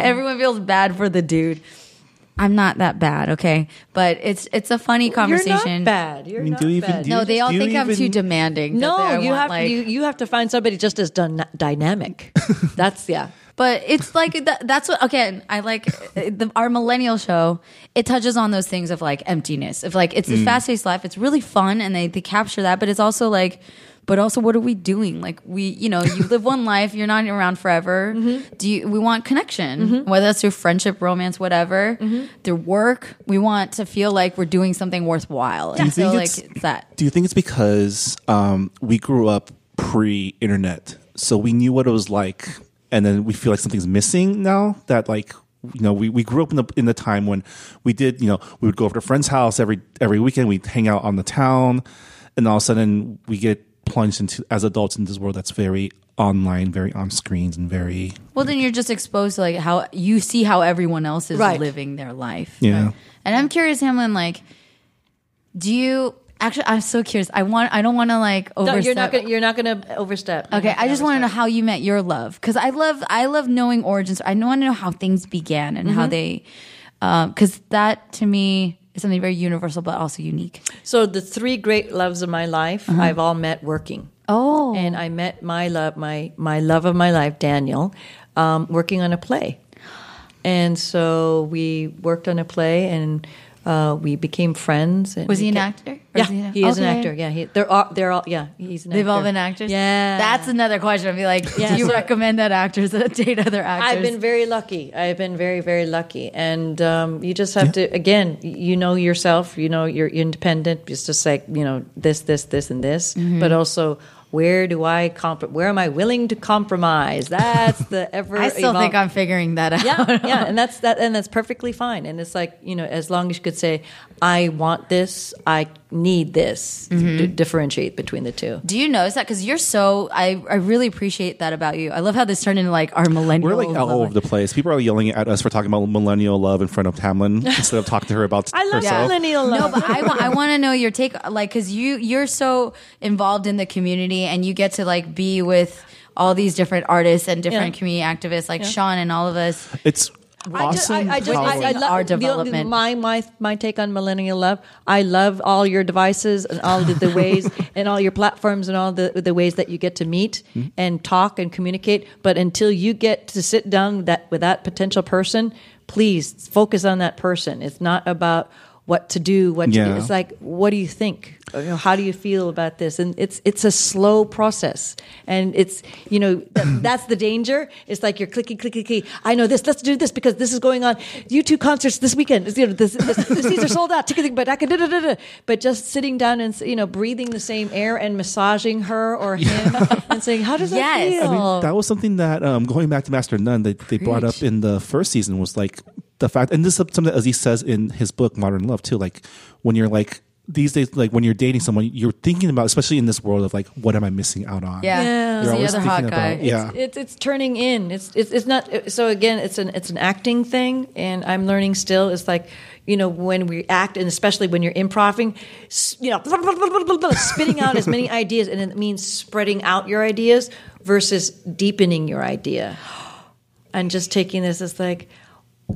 E: everyone feels bad for the dude. I'm not that bad, okay? But it's it's a funny conversation.
F: you're not bad you're
B: I mean,
F: not
B: do you even
F: bad
B: do
E: No, they all
B: Do you
E: think I'm
B: even-
E: too demanding. that they- I
F: no, you
E: want,
F: have
E: like-
F: you, you have to find somebody just as dun-
E: [laughs]
F: dynamic. That's yeah.
E: But it's like that, that's what again. I like uh, the, our millennial show. It touches on those things of like emptiness. Of like it's
B: Mm.
E: this fast paced life. It's really fun, and they they capture that. But it's also like, but also what are we doing? Like we, you know, you live one life. You're not
B: [laughs]
E: around forever.
B: Mm-hmm.
E: Do you? We want connection, whether that's through friendship, romance, whatever,
B: Mm-hmm.
E: through work. We want to feel like we're doing something worthwhile.
B: you
E: And so
B: think it's-
E: like it's that.
B: Do you think it's because um, we grew up pre-internet, so we knew what it was like, and then we feel like something's missing now? That like you know we, we grew up in the in the time when we did you know we would go over to a friend's house every every weekend, we'd hang out on the town, and all of a sudden we get plunged into as adults in this world that's very online, very on screens, and very
E: Well, then you're just exposed to like how you see how everyone else is
F: Right.
E: living their life.
B: Yeah. Right.
E: And I'm curious, Hamlin. Like, do you actually? I'm so curious. I want. I don't want to like
F: No,
E: overstep.
F: you're not gonna you're not gonna overstep. You're
E: Okay,
F: not
E: I
F: gonna
E: just want to know
F: overstep.
E: how you met your love because I love I love knowing origins. I want to know how things began and
F: Mm-hmm.
E: how they, because that to me is something very universal but also unique.
F: So the three great loves of my life, I've all met working.
E: Uh-huh. Oh,
F: and I met my love, my my love of my life, Daniel, um, working on a play, and so we worked on a play, and uh, we became friends. And
E: was he an
F: became-
E: actor? Or
F: Yeah,
E: was he, an-
F: he is an
E: Okay.
F: actor. Yeah, he, they're all they're all yeah. He's an
E: They've
F: actor.
E: all been actors.
F: Yeah,
E: that's another question. I'd be like,
F: Yeah,
E: do you
F: so-
E: recommend that actors that [laughs] date other actors?
F: I've been very lucky. I've been very, very lucky, and um, you just have to again, y- you know yourself. You know you're independent. It's just like you know this, this, this, and this.
E: Mm-hmm.
F: But also, where do I comp- Where am I willing to compromise? That's
E: [laughs]
F: the ever.
E: I still think
F: evol-
E: I'm figuring that out. [laughs]
F: yeah, yeah, and that's that, and that's perfectly fine. And it's like you know, as long as you could say, "I want this," "I need this,"
E: Mm-hmm.
F: d- differentiate between the two.
E: Do you notice that? Because you're so I, I really appreciate that about you. I love how this turned into like our millennial.
B: we're like all
E: love
B: over the place. People are yelling at us for talking about millennial love in front of
E: [laughs]
B: Tamlin instead of talking to her about
F: I love
B: herself.
F: millennial love.
E: No, but I, wa- I
F: [laughs]
E: want to know your take, like, because you you're so involved in the community, and you get to like be with all these different artists and different
F: Yeah.
E: community activists, like Sean and all of us.
B: It's
F: I
B: awesome.
F: just, I, I just,
B: how-
F: I, I
E: in
F: love
E: our
F: the-
E: development.
F: my my my take on millennial love. I love all your devices and all
B: [laughs]
F: the, the ways and all your platforms and all the the ways that you get to meet
B: Mm-hmm.
F: and talk and communicate. But until you get to sit down that with that potential person, please focus on that person. It's not about what to do. What to
B: Yeah.
F: do. it's like. What do you think? Or, you know, how do you feel about this? And it's it's a slow process, and it's you know
E: [coughs]
F: that, that's the danger. It's like you're clicky, clicky, clicky. I know this. Let's do this because this is going on. You two concerts this weekend. It's, You know, this, this, this, these are sold out. Ticket, but I could. Da, da, da, da. But just sitting down and you know breathing the same air and massaging her or him and saying, "How does that
E: Yes.
F: feel?"
E: I mean, Oh.
B: that was something that um, going back to Master Nun that they brought up
E: Preach.
B: in the first season was like the fact, and this is something that Aziz says in his book Modern Love too. Like when you're like these days, like when you're dating someone, you're thinking about, especially in this world of like, what am I missing out on?
E: Yeah,
F: Yeah.
E: Who's
B: You're
E: the
B: always
E: other hot
B: thinking
E: guy.
B: about- yeah.
F: it's it's turning in. It's it's it's not. So again, it's an it's an acting thing, and I'm learning still. It's like you know when we act, and especially when you're improvising, s- you know, [laughs] spitting out as many ideas, and it means spreading out your ideas versus deepening your idea, and just taking this as like.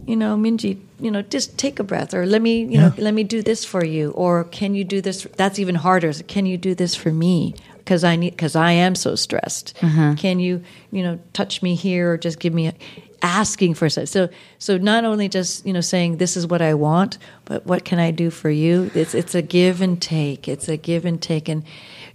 F: You know, Minji. You know, just take a breath, or let me. You know,
B: Yeah.
F: let me do this for you, or can you do this? That's even harder. is, Can you do this for me? Because I need. Because I am so stressed. Can you, you know, touch me here, or just give me a, asking for something? So, so not only just you know saying this is what I want, but what can I do for you? It's it's a give and take. It's a give and take, and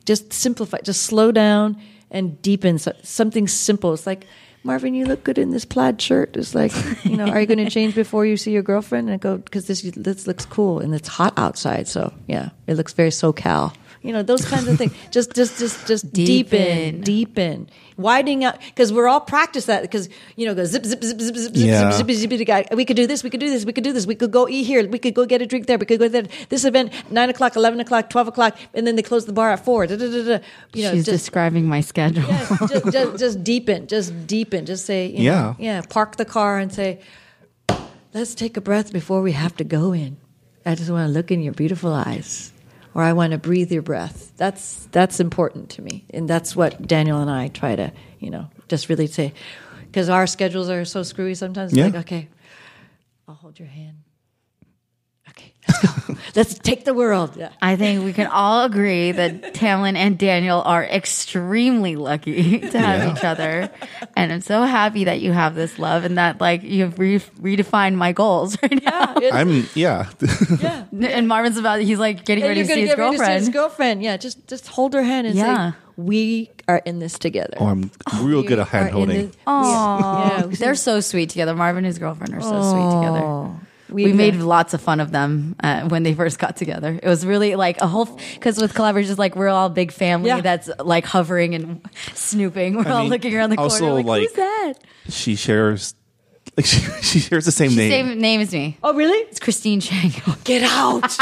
F: just simplify. Just slow down and deepen so, something simple. It's like. Marvin, you look good in this plaid shirt. It's like, you know, are you going to change before you see your girlfriend? And I go, because this this looks cool and it's hot outside. So yeah, it looks very SoCal. You know, those kinds of things. Just, just, just, just
E: Deepen.
F: deepen, deepen, widening out. Because we're all practice that. Because you know, go zip, zip, zip, zip, zip,
B: Yeah.
F: zip, zip, zip, zip, zip. We could do this. We could do this. We could do this. We could go eat here. We could go get a drink there. We could go there. This event nine o'clock, eleven o'clock, twelve o'clock, and then they close the bar at four. Da, da, da, da. You know,
E: She's
F: just
E: describing my schedule.
F: Yes, just, just, just deepen, just deepen, just say, you
B: Yeah.
F: know, yeah, park the car and say, let's take a breath before we have to go in. I just want to look in your beautiful eyes, or I want to breathe your breath. That's that's important to me, and that's what Daniel and I try to, you know, just really say, because our schedules are so screwy sometimes. It's
B: Yeah.
F: Like, okay, I'll hold your hand. Okay, let's go. [laughs] let's take the world. Yeah.
E: I think we can all
B: [laughs]
E: agree that Tamlin and Daniel are extremely lucky to have each other. And I'm so happy that you have this love and that like you've re- redefined my goals [laughs] right now.
B: I'm yeah.
E: And Marvin's about he's like getting
F: And
E: ready
F: you're
E: to
F: gonna
E: see his
F: get ready to see
E: girlfriend.
F: his girlfriend. Yeah, just just hold her hand and
E: Yeah.
F: say, "We are in this together."
B: oh, I'm real good at
F: We are in
B: hand holding.
F: this-
E: Aw.
F: Yeah, we-
E: they're so sweet together. Marvin and his girlfriend are so sweet together. We, made lots of fun of them uh, when they first got together. It was really like a whole because with collaborations, like we're all a big family
F: Yeah.
E: that's like hovering and snooping. We're all
B: mean,
E: looking around the
B: also,
E: corner like,
B: like,
E: who's that?
B: She shares, like [laughs] she, she shares the same name.
E: Same name as me.
F: Oh, really?
E: It's [laughs] Christine Chang.
F: Get out!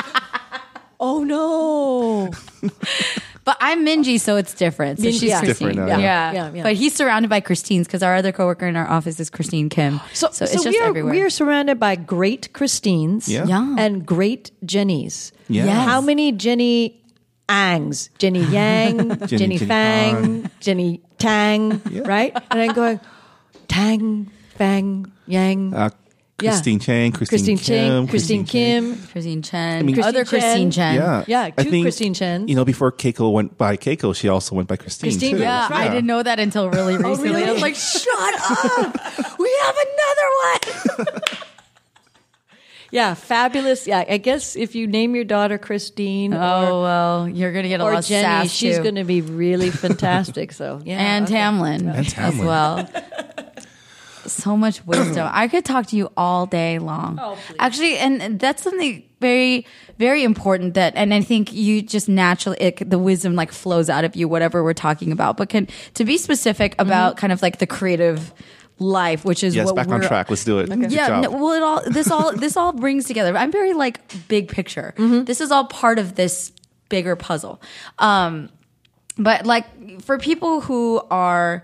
F: oh no!
E: [laughs] But I'm Minji, so it's different. So
F: Minji,
E: she's
F: yeah.
E: Christine.
B: Different,
E: yeah.
B: uh,
E: Yeah.
F: yeah, yeah.
E: But he's surrounded by Christines because our other coworker in our office is Christine Kim. [gasps] So, it's just
F: we are,
E: everywhere.
F: We are surrounded by great Christines
B: Yeah.
E: Yeah.
F: and great Jennies.
B: Yeah.
E: Yes.
F: How many Jenny Angs?
E: [laughs]
F: Jenny Yang, Jenny,
B: Jenny
F: Fang,
B: Tang.
F: Jenny Tang,
B: Yeah.
F: right? And I'm going, Tang, Fang, Yang,
B: Uh,
F: Yeah.
B: Christine Chang, Christine,
F: Christine Chang,
B: Kim,
F: Christine, Kim.
E: Christine Chen.
B: mean-
E: other Christine
F: Christine Chen.
B: Yeah,
E: Chen.
F: Yeah,
B: I
F: two
B: think,
F: Christine Chens.
B: You know, before Keiko went by Keiko, she also went by Christine.
F: Christine,
B: too.
E: Yeah,
F: That's
E: I
F: right.
E: didn't know that until [laughs] really recently. I was
F: really?
E: like, shut [laughs] up. we have another one.
F: Yeah, fabulous. Yeah, I guess if you name your daughter Christine
E: Oh, well, you're going to get a
F: or,
E: lot
F: or
E: of
F: Jenny,
E: sass,
F: she's
E: too.
F: going to
E: [laughs]
F: be really fantastic. So, yeah.
E: and
F: okay.
E: Tamlin
B: And
E: as
B: Tamlin.
E: well. so much wisdom. I could talk to you all day long.
F: Oh, please.
E: Actually, and that's something very, very important that, and I think you just naturally, it, the wisdom like flows out of you, whatever we're talking about. But can, to be specific about kind of like the creative life, which is
B: Mm-hmm. Yes,
E: what
B: back on
E: we're-
B: track. Let's do it. Good
E: yeah,
B: job.
E: no, well, it all this all this all brings together. I'm very like big picture. This is all part of this bigger puzzle. Um, but like for people who are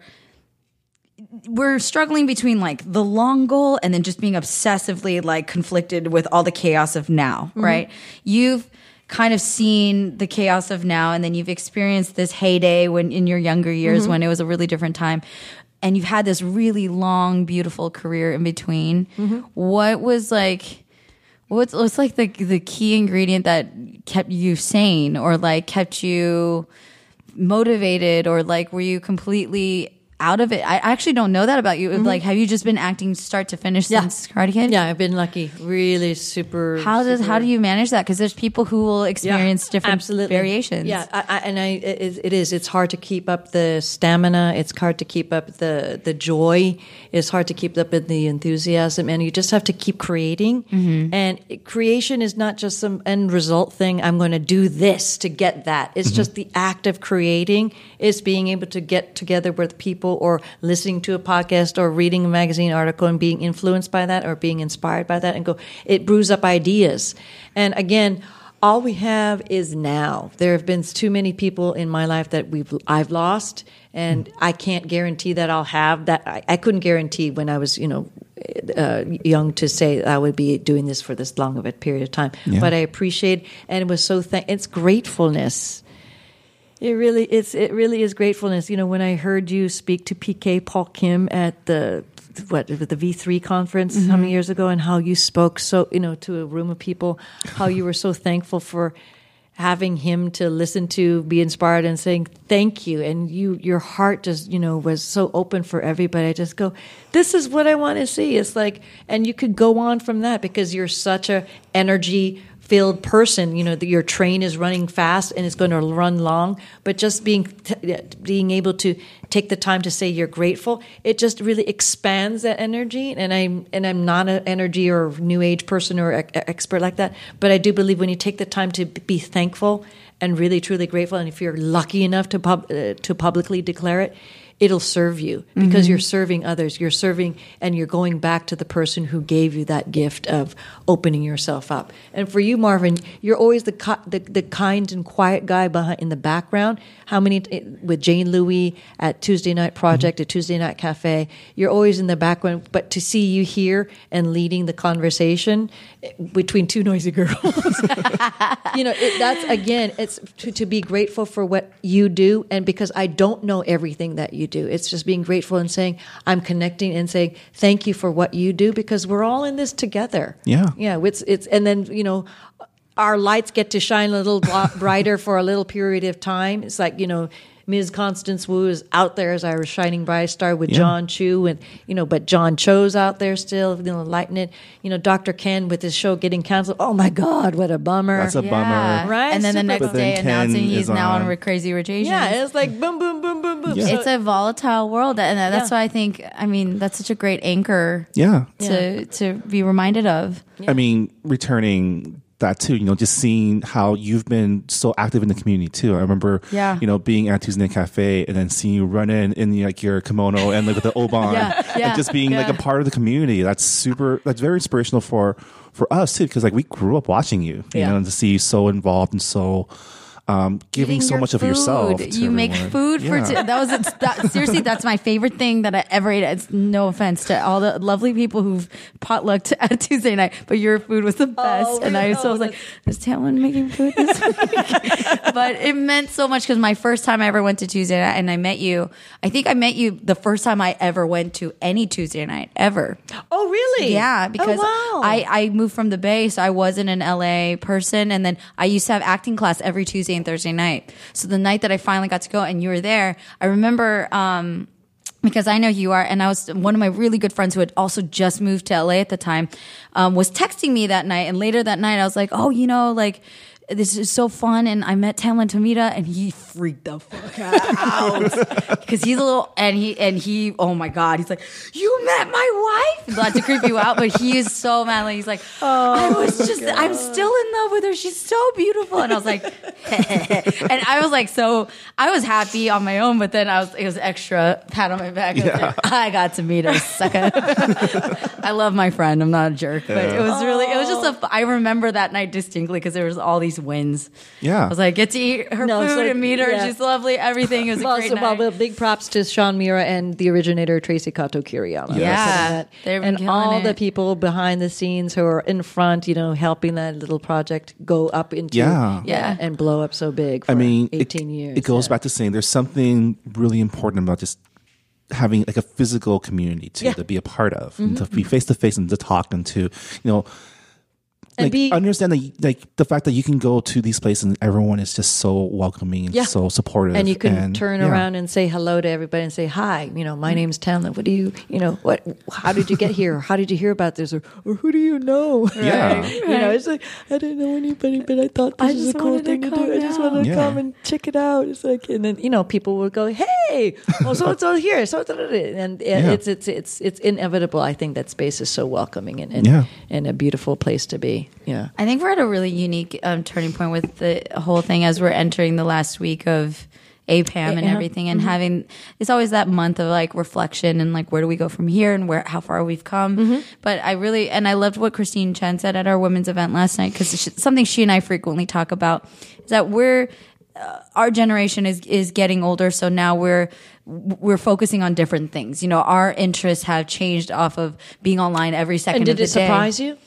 E: we're struggling between like the long goal and then just being obsessively like conflicted with all the chaos of now, right? You've kind of seen the chaos of now and then you've experienced this heyday when in your younger years when it was a really different time and you've had this really long beautiful career in between. What was like what's what's like the the key ingredient that kept you sane or like kept you motivated or like were you completely out of it? I actually don't know that about you. Like, have you just been acting start to finish
F: Mm-hmm. Yeah.
E: since Karate Kid?
F: Yeah, I've been lucky. Really super.
E: How does
F: super-
E: how do you manage that? Because there's people who will
F: Yeah,
E: experience different variations.
F: Yeah, I, I, and I it, it is. It's hard to keep up the stamina. It's hard to keep up the the joy. It's hard to keep up in the enthusiasm, and you just have to keep creating.
E: Mm-hmm.
F: And it- creation is not just some end result thing. I'm going to do this to get that. It's
E: Mm-hmm.
F: just the act of creating. It's being able to get together with people, or listening to a podcast, or reading a magazine article, and being influenced by that, or being inspired by that, and go. It brews up ideas, and again all we have is now. There have been too many people in my life that we've I've lost, and I can't guarantee that I'll have that. I, I couldn't guarantee when I was, you know, uh, young to say I would be doing this for this long of a period of time.
B: Yeah.
F: But I appreciate, and it was so. Thank- it's gratefulness. It really, it's it really is gratefulness. You know, when I heard you speak to PK Paul Kim at the what the V three conference how many years ago, and how you spoke so you know to a room of people, how you were so thankful for having him to listen to, be inspired, and saying thank you, and you your heart just you know was so open for everybody. I just go, this is what I want to see. It's like, and you could go on from that because you're such a energy filled person you know that your train is running fast and it's going to run long but just being t- being able to take the time to say you're grateful it just really expands that energy and i'm and i'm not an energy or new age person or e- expert like that but i do believe when you take the time to be thankful and really truly grateful and if you're lucky enough to pub- uh, to publicly declare it it'll serve you because you're serving others you're serving and you're going back to the person who gave you that gift of opening yourself up and for you marvin you're always the ki- the, the kind and quiet guy behind, in the background how many t- with jane louis at tuesday night project at tuesday night cafe you're always in the background but to see you here and leading the conversation eh, between two noisy girls you know it, that's again it's to, to be grateful for what you do and because i don't know everything that you do it's just being grateful and saying i'm connecting and saying thank you for what you do because we're all in this together
B: Yeah.
F: yeah it's it's and then you know our lights get to shine a little bl- [laughs] brighter for a little period of time it's like you know Ms. Constance Wu is out there as our shining bright star with
B: Yeah.
F: John Chu, and you know, but John Cho's out there still, you know, lighting it. You know, Dr. Ken with his show getting canceled. Oh my God, what a bummer!
B: That's a
E: Yeah.
B: bummer.
F: Right?
E: And then the
F: Super
E: next
F: bummer.
E: day
B: But then
E: announcing
B: Ken
E: he's
B: is
E: now on,
B: on.
E: Re- Crazy Rich Asians.
F: Yeah, it's like boom, boom, boom, boom, boom.
B: Yeah.
E: it's a volatile world, and that's
F: Yeah.
E: why I think. I mean, that's such a great anchor
B: Yeah.
E: to to be reminded of.
B: I mean, returning that too, you know, just seeing how you've been so active in the community too. I remember,
E: Yeah.
B: you know, being at Tuesday Night Cafe and then seeing you run in in like your kimono and like with the
E: [laughs]
B: oban
E: Yeah, yeah,
B: and just being like
E: yeah.
B: a part of the community. That's super. That's very inspirational for for us too, because like we grew up watching you, you
F: Yeah.
B: know, and to see you so involved and so um, giving so
E: your
B: much of yourself.
E: food.
B: to
E: you make
B: everyone.
E: food for
B: Yeah.
E: two. That was it's, that, seriously. That's my favorite thing that I ever ate. It's no offense to all the lovely people who've potlucked [laughs] at Tuesday night, but your food was the best. and I so I was like, is Talon making food this week? [laughs] but it meant so much because my first time I ever went to Tuesday night, and I met you. I think I met you the first time I ever went to any Tuesday night ever.
F: Oh, really?
E: Yeah,
F: Oh,
E: because
F: wow.
E: I, I moved from the Bay, so I wasn't an LA person. And then I used to have acting class every Tuesday and Thursday night. So the night that I finally got to go and you were there, I remember, um, because I know you are, and I was one of my really good friends who had also just moved to LA at the time, um, was texting me that night. And later that night, I was like, oh, you know, like, this is so fun. And I met Tamlin Tomita, and he freaked the fuck
F: [laughs]
E: out because he's a little, and he and he, oh my god, he's like, you met my wife. Not to creep you out, but he is so mad. Like he's like,
F: Oh
E: I was just, I'm still in love with her. She's so beautiful. And I was like, [laughs] and I was like, so I was happy on my own, but then I was, it was extra pat on my back. I, was like, I got to meet her, sucker. [laughs] I love my friend. I'm not a jerk, but it was really, it was just
F: Oh.
E: a. I remember that night distinctly because there was all these wins.
B: Yeah.
E: I was like, get to eat her
F: No, it's
E: food
F: like-
E: and meet her.
F: yeah.
E: She's lovely. Everything. It was a
F: Well,
E: great
F: so, well,
E: night.
F: well, big props to Sean Mira and the originator Tracy Kato Kiriyama. for
E: Yeah.
F: putting that-
E: They've been
F: and
E: killing
F: all the
E: it.
F: people behind the scenes who are in front, you know, helping that little project go up into
B: Yeah.
E: Yeah.
F: and blow up so big. For
B: I mean, it-
F: eighteen years.
B: It goes
F: yeah.
B: back to saying there's something really important about just having like a physical community too,
F: Yeah. Mm-hmm.
B: to be a part of, and to be face to face and to talk and to you know.
F: And
B: like
F: be-
B: understand that you- like the fact that you can go to these places and everyone is just so welcoming and
F: Yeah.
B: so supportive
F: and you can turn
B: yeah. Mm.
F: around and say hello to everybody and say hi you know my name's Tamlin what do you you know what how did you
B: [laughs]
F: get here how did you hear about this or, or who do you know [laughs]
B: Yeah. Right,
F: you know it's like I didn't know anybody but I thought this is a
E: just
F: cool
E: wanted to
F: thing to,
E: come
F: do I just wanted to
B: Yeah.
F: come and check it out it's like and then you know people will go hey oh so it's all here so it's all here." and it-
B: Yeah.
F: it's it's it's it's inevitable I think that space is so welcoming and and,
B: Yeah.
F: and a beautiful place to be yeah
E: I think we're at a really unique um, turning point with the whole thing as we're entering the last week of APAM and
F: Yeah.
E: everything, and having it's always that month of like reflection and like where do we go from here and where how far we've come.
F: Mm-hmm.
E: But I really and I loved what Christine Chen said at our women's event last night because something she and I frequently talk about is that we're uh, our generation is is getting older so now we're we're focusing on different things you know our interests have changed off of being online every second
F: and
E: of
F: did
E: the
F: it
E: day
F: surprise you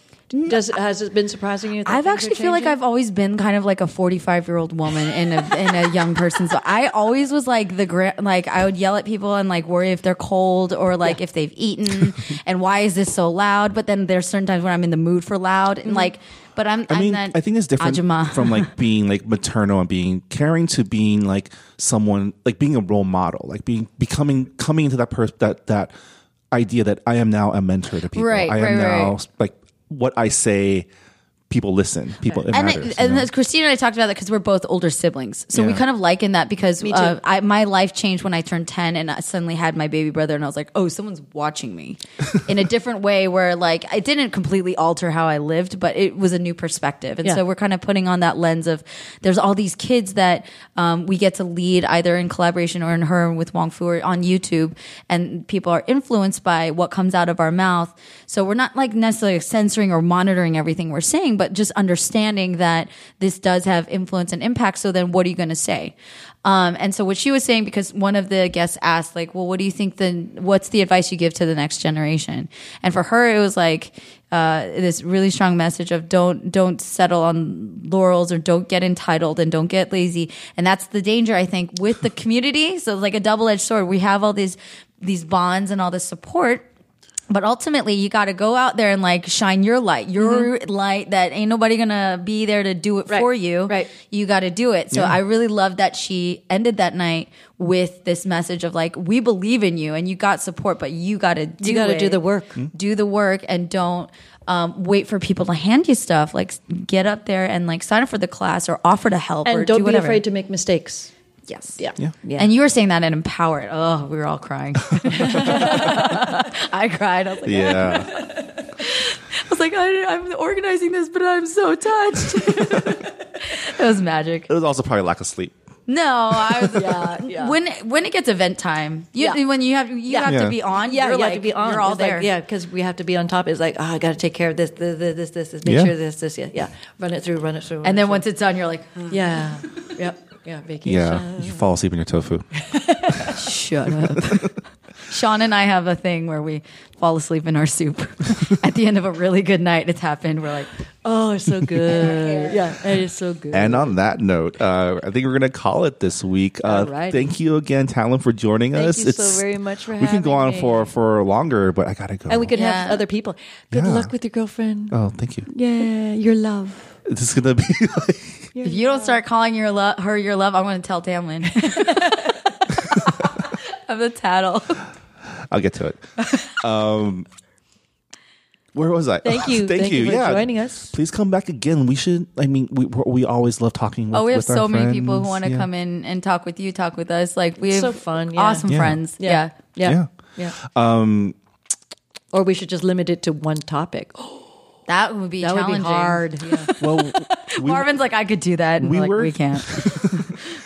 F: does has it been surprising you that
E: I've
F: things are
E: actually feel like
F: changing?
E: I've always been kind of like a 45 year old woman in a in a young person. So I always was like the gra- like I would yell at people and like worry if they're cold or like if they've
F: [laughs]
E: eaten and why is this so loud? But then there's certain times when I'm in the mood for loud
F: Mm-hmm.
E: and like. But I'm.
B: I mean,
E: I'm not
B: I think it's different
E: Ajima.
B: [laughs] from like being like maternal and being caring to being like someone like being a role model, like being becoming coming into that person that that idea that I am now a mentor to people.
E: Right,
B: I am
E: right,
B: now
E: right.
B: like what I say, people listen, people it
E: and,
B: matters.
E: I,
B: you
E: and
B: know?
E: as Christina and I talked about that because we're both older siblings, so we
B: Yeah.
E: kind of liken that because
F: too.
E: uh, I, my life changed when I turned ten and I suddenly had my baby brother, and I was like, oh, someone's
B: [laughs]
E: watching me in a different way, where like it didn't completely alter how I lived, but it was a new perspective, and
F: Yeah.
E: so we're kind of putting on that lens of there's all these kids that um, we get to lead either in collaboration or in her with Wong Fu or on YouTube, and people are influenced by what comes out of our mouth. So we're not like necessarily censoring or monitoring everything we're saying, but just understanding that this does have influence and impact. So then, what are you going to say? Um, and so what she was saying, because one of the guests asked, like, well, what do you think the, what's the advice you give to the next generation? And for her, it was like, uh, this really strong message of don't, don't settle on laurels or don't get entitled and don't get lazy. And that's the danger, I think, with the community. So it's like a double-edged sword. We have all these, these bonds and all this support. But ultimately, you got to go out there and like shine your light, your light that ain't nobody gonna be there to do it
F: Mm-hmm. Right,
E: for you.
F: right.
E: You got to do it. So I really love that she ended that night with this message of like, we believe in you and you got support, but you got to do
F: you got to
E: it.
F: do the work.
B: Hmm?
E: Do the work and don't um, wait for people to hand you stuff. Like, s- get up there and like sign up for the class or offer to help or
F: and don't
E: do
F: be
E: whatever.
F: afraid to make mistakes.
E: Yes.
B: Yeah.
F: Yeah.
E: And you were saying that and empower it. Oh, we were all [laughs] crying. I cried. I was like,
F: [laughs]
B: yeah.
E: [laughs] I was like, I, I'm organizing this, but I'm so touched. [laughs] it was magic.
B: it was also probably lack of sleep.
E: No, I was,
F: Yeah, yeah.
E: when when it gets event time, you,
F: Yeah.
E: when you have you have
B: Yeah.
E: to be on.
F: Yeah,
E: you're
F: you
E: like,
F: have to be on.
E: You're all
F: It's like,
E: there.
F: yeah, because we have to be on top. It's like, oh, I got to take care of this, this, this, this, this, this make
B: Yeah.
F: sure this, this, yeah, yeah. Run it through, run it through. run
E: And
F: it
E: then
F: through.
E: once it's done, you're like, "Ugh,
F: yeah, yep, yeah, vacation.
B: Yeah, you fall asleep in your tofu.
E: shut up. Sean and I have a thing where we fall asleep in our soup [laughs] at the end of a really good night. It's happened. We're like,
F: Oh, it's so good. yeah, it is so good.
B: And on that note, uh, I think we're going to call it this week. Uh,
F: All right.
B: Thank you again, Talon, for joining
F: Thank
B: us.
F: you so very much for
B: We can go on
F: having me.
B: for for longer, but I got to go.
F: and we could have
E: Yeah.
F: other people. Good
B: Yeah.
F: luck with your girlfriend.
B: Oh, thank you.
F: Yeah, your love.
B: [laughs] This is going to be like.
E: if you don't start calling your lo- her your love, I'm going to tell Tamlin. [laughs] of the tattle.
B: I'll get to it. Um, where was I? [laughs]
F: Thank you. Thank you for joining us.
B: Please come back again. We should. I mean, we we're- we always love talking. With,
E: Oh, we have
B: with our
E: so many people
B: friends.
E: who want to
B: Yeah.
E: come in and talk with you, talk with us. Like we have
F: It's so fun, yeah.
E: awesome
B: Yeah.
E: friends. Yeah.
F: Yeah,
B: Yeah. Um,
F: yeah. or we should just limit it to one topic. [gasps]
E: that would be
F: that would be
E: challenging.
F: hard. Yeah.
B: Well, we,
E: Marvin's like, I could do that, and
B: We
E: we like,
B: were-
E: we can't.
B: [laughs]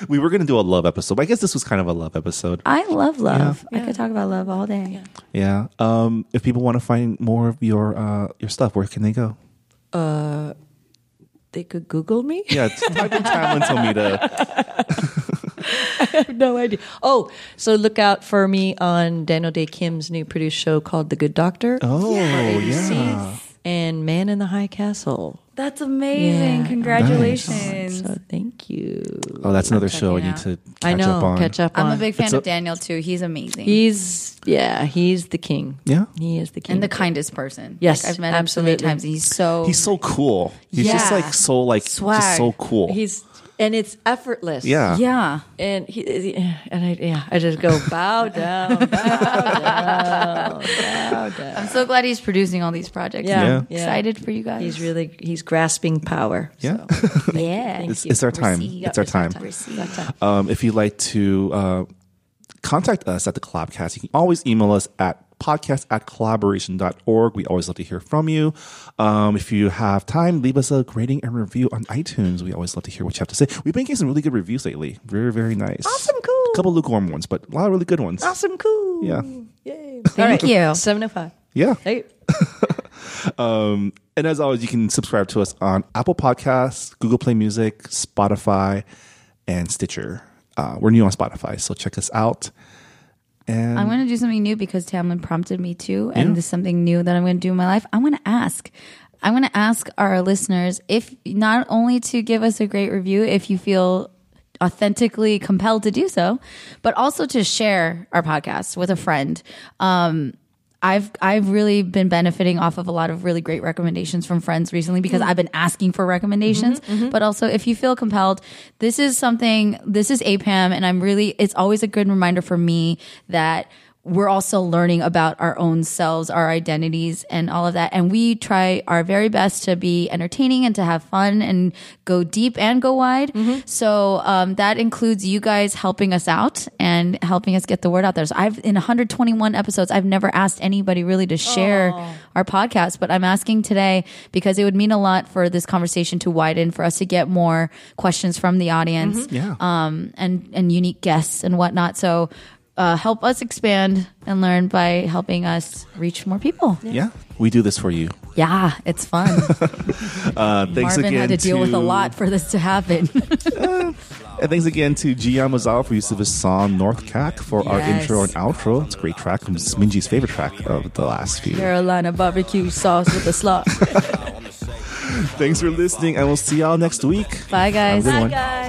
B: we were going to do a love episode. But I guess this was kind of a love episode.
E: I love love.
F: Yeah.
E: I could talk about love all day.
B: Yeah. Um, if people want to find more of your uh, your stuff, where can they go?
F: they could Google me.
B: Yeah, t- type in Tamlin Tomita.
F: no idea. Oh, so look out for me on Daniel Day Kim's new produced show called The Good Doctor.
B: Oh,
F: ABC,
B: yeah.
F: And Man in the High Castle.
E: That's amazing.
F: Yeah.
E: Congratulations.
F: So thank you.
B: Oh, that's another show I
E: checking
B: need
E: out.
B: to catch
F: I know.
B: up on.
F: Catch up.
E: I'm a
F: on.
E: big fan
B: It's
E: of
B: a-
E: Daniel too. He's amazing.
F: He's yeah. He's the king.
B: Yeah.
F: He is the king.
E: and the kindest person.
F: Yes,
E: Like, I've met him so
F: absolutely.
E: many times. He's so
B: He's so cool. He's just
E: Yeah.
B: like so like just
E: Swag.
B: so cool.
F: He's and it's effortless.
B: yeah.
E: yeah.
F: And he and I yeah. I just go [laughs] bow down.
E: I'm so glad he's producing all these projects.
F: Yeah.
B: Yeah.
E: Excited for you guys.
B: [laughs]
F: He's really he's grasping power.
B: Yeah.
E: yeah.
B: It's, it's our time. It's our time. [laughs] Um, if you'd like to uh, contact us at the Collabcast, you can always email us at podcast at collaboration.org. We always love to hear from you. Um, if you have time, leave us a rating and review on iTunes. We always love to hear what you have to say. We've been getting some really good reviews lately. Very, very nice.
F: Awesome, cool.
B: A couple lukewarm ones, but a lot of really good ones.
F: Awesome, cool.
B: Yeah.
F: Yay.
E: Thank you.
F: Seven oh five.
B: Yeah.
F: Hey.
B: And as always, you can subscribe to us on Apple Podcasts, Google Play Music, Spotify, and Stitcher. Uh, we're new on Spotify, so check us out. And
E: I'm going to do something new because Tamlin prompted me to, and this is something new that I'm going to do in my life. I'm going to ask. I'm going to ask our listeners if not only to give us a great review, if you feel authentically compelled to do so, but also to share our podcast with a friend. Um, I've I've really been benefiting off of a lot of really great recommendations from friends recently because I've been asking for recommendations. But also, if you feel compelled, this is something. This is APAM, and I'm really. It's always a good reminder for me that we're also learning about our own selves, our identities, and all of that. And we try our very best to be entertaining and to have fun and go deep and go wide. So um, that includes you guys helping us out and helping us get the word out there. So I've in 121 episodes, I've never asked anybody really to share our podcast, but I'm asking today because it would mean a lot for this conversation to widen, for us to get more questions from the audience
B: yeah.
E: um, and and unique guests and whatnot. So uh, help us expand and learn by helping us reach more people. Yeah,
B: Yeah, we do this for you.
E: it's fun. [laughs]
B: Uh, thanks
E: Marvin
B: again
E: had to deal with a lot for this
B: [laughs]
E: to happen.
B: And thanks again to Gian Mazzaro for use of his song North Cack for our
E: Yes.
B: intro and outro. It's a great track. It's Minji's favorite track of the last few.
E: Carolina barbecue sauce with a slot.
B: Thanks for listening, and we'll see y'all next week.
E: Bye, guys.
B: Have a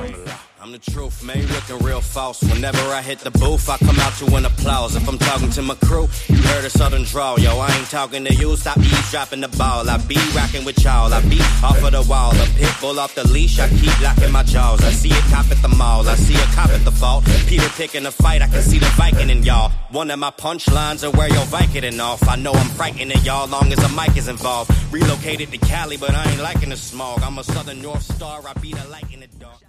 B: good one.
D: I'm the truth, man. You looking real false. Whenever I hit the booth, I come out to an applause. If I'm talking to my crew, you heard a southern drawl. Yo, I ain't talking to you. Stop eavesdropping the ball. I be rocking with y'all. I be off of the wall. A pit bull off the leash. I keep locking my jaws. I see a cop at the mall. I see a cop at the fault. Peter picking a fight. I can see the Viking in y'all. One of my punchlines are where your Viking off. I know I'm frightening y'all long as a mic is involved. Relocated to Cali, but I ain't liking the smog. I'm a southern North Star. I be the light in the dark.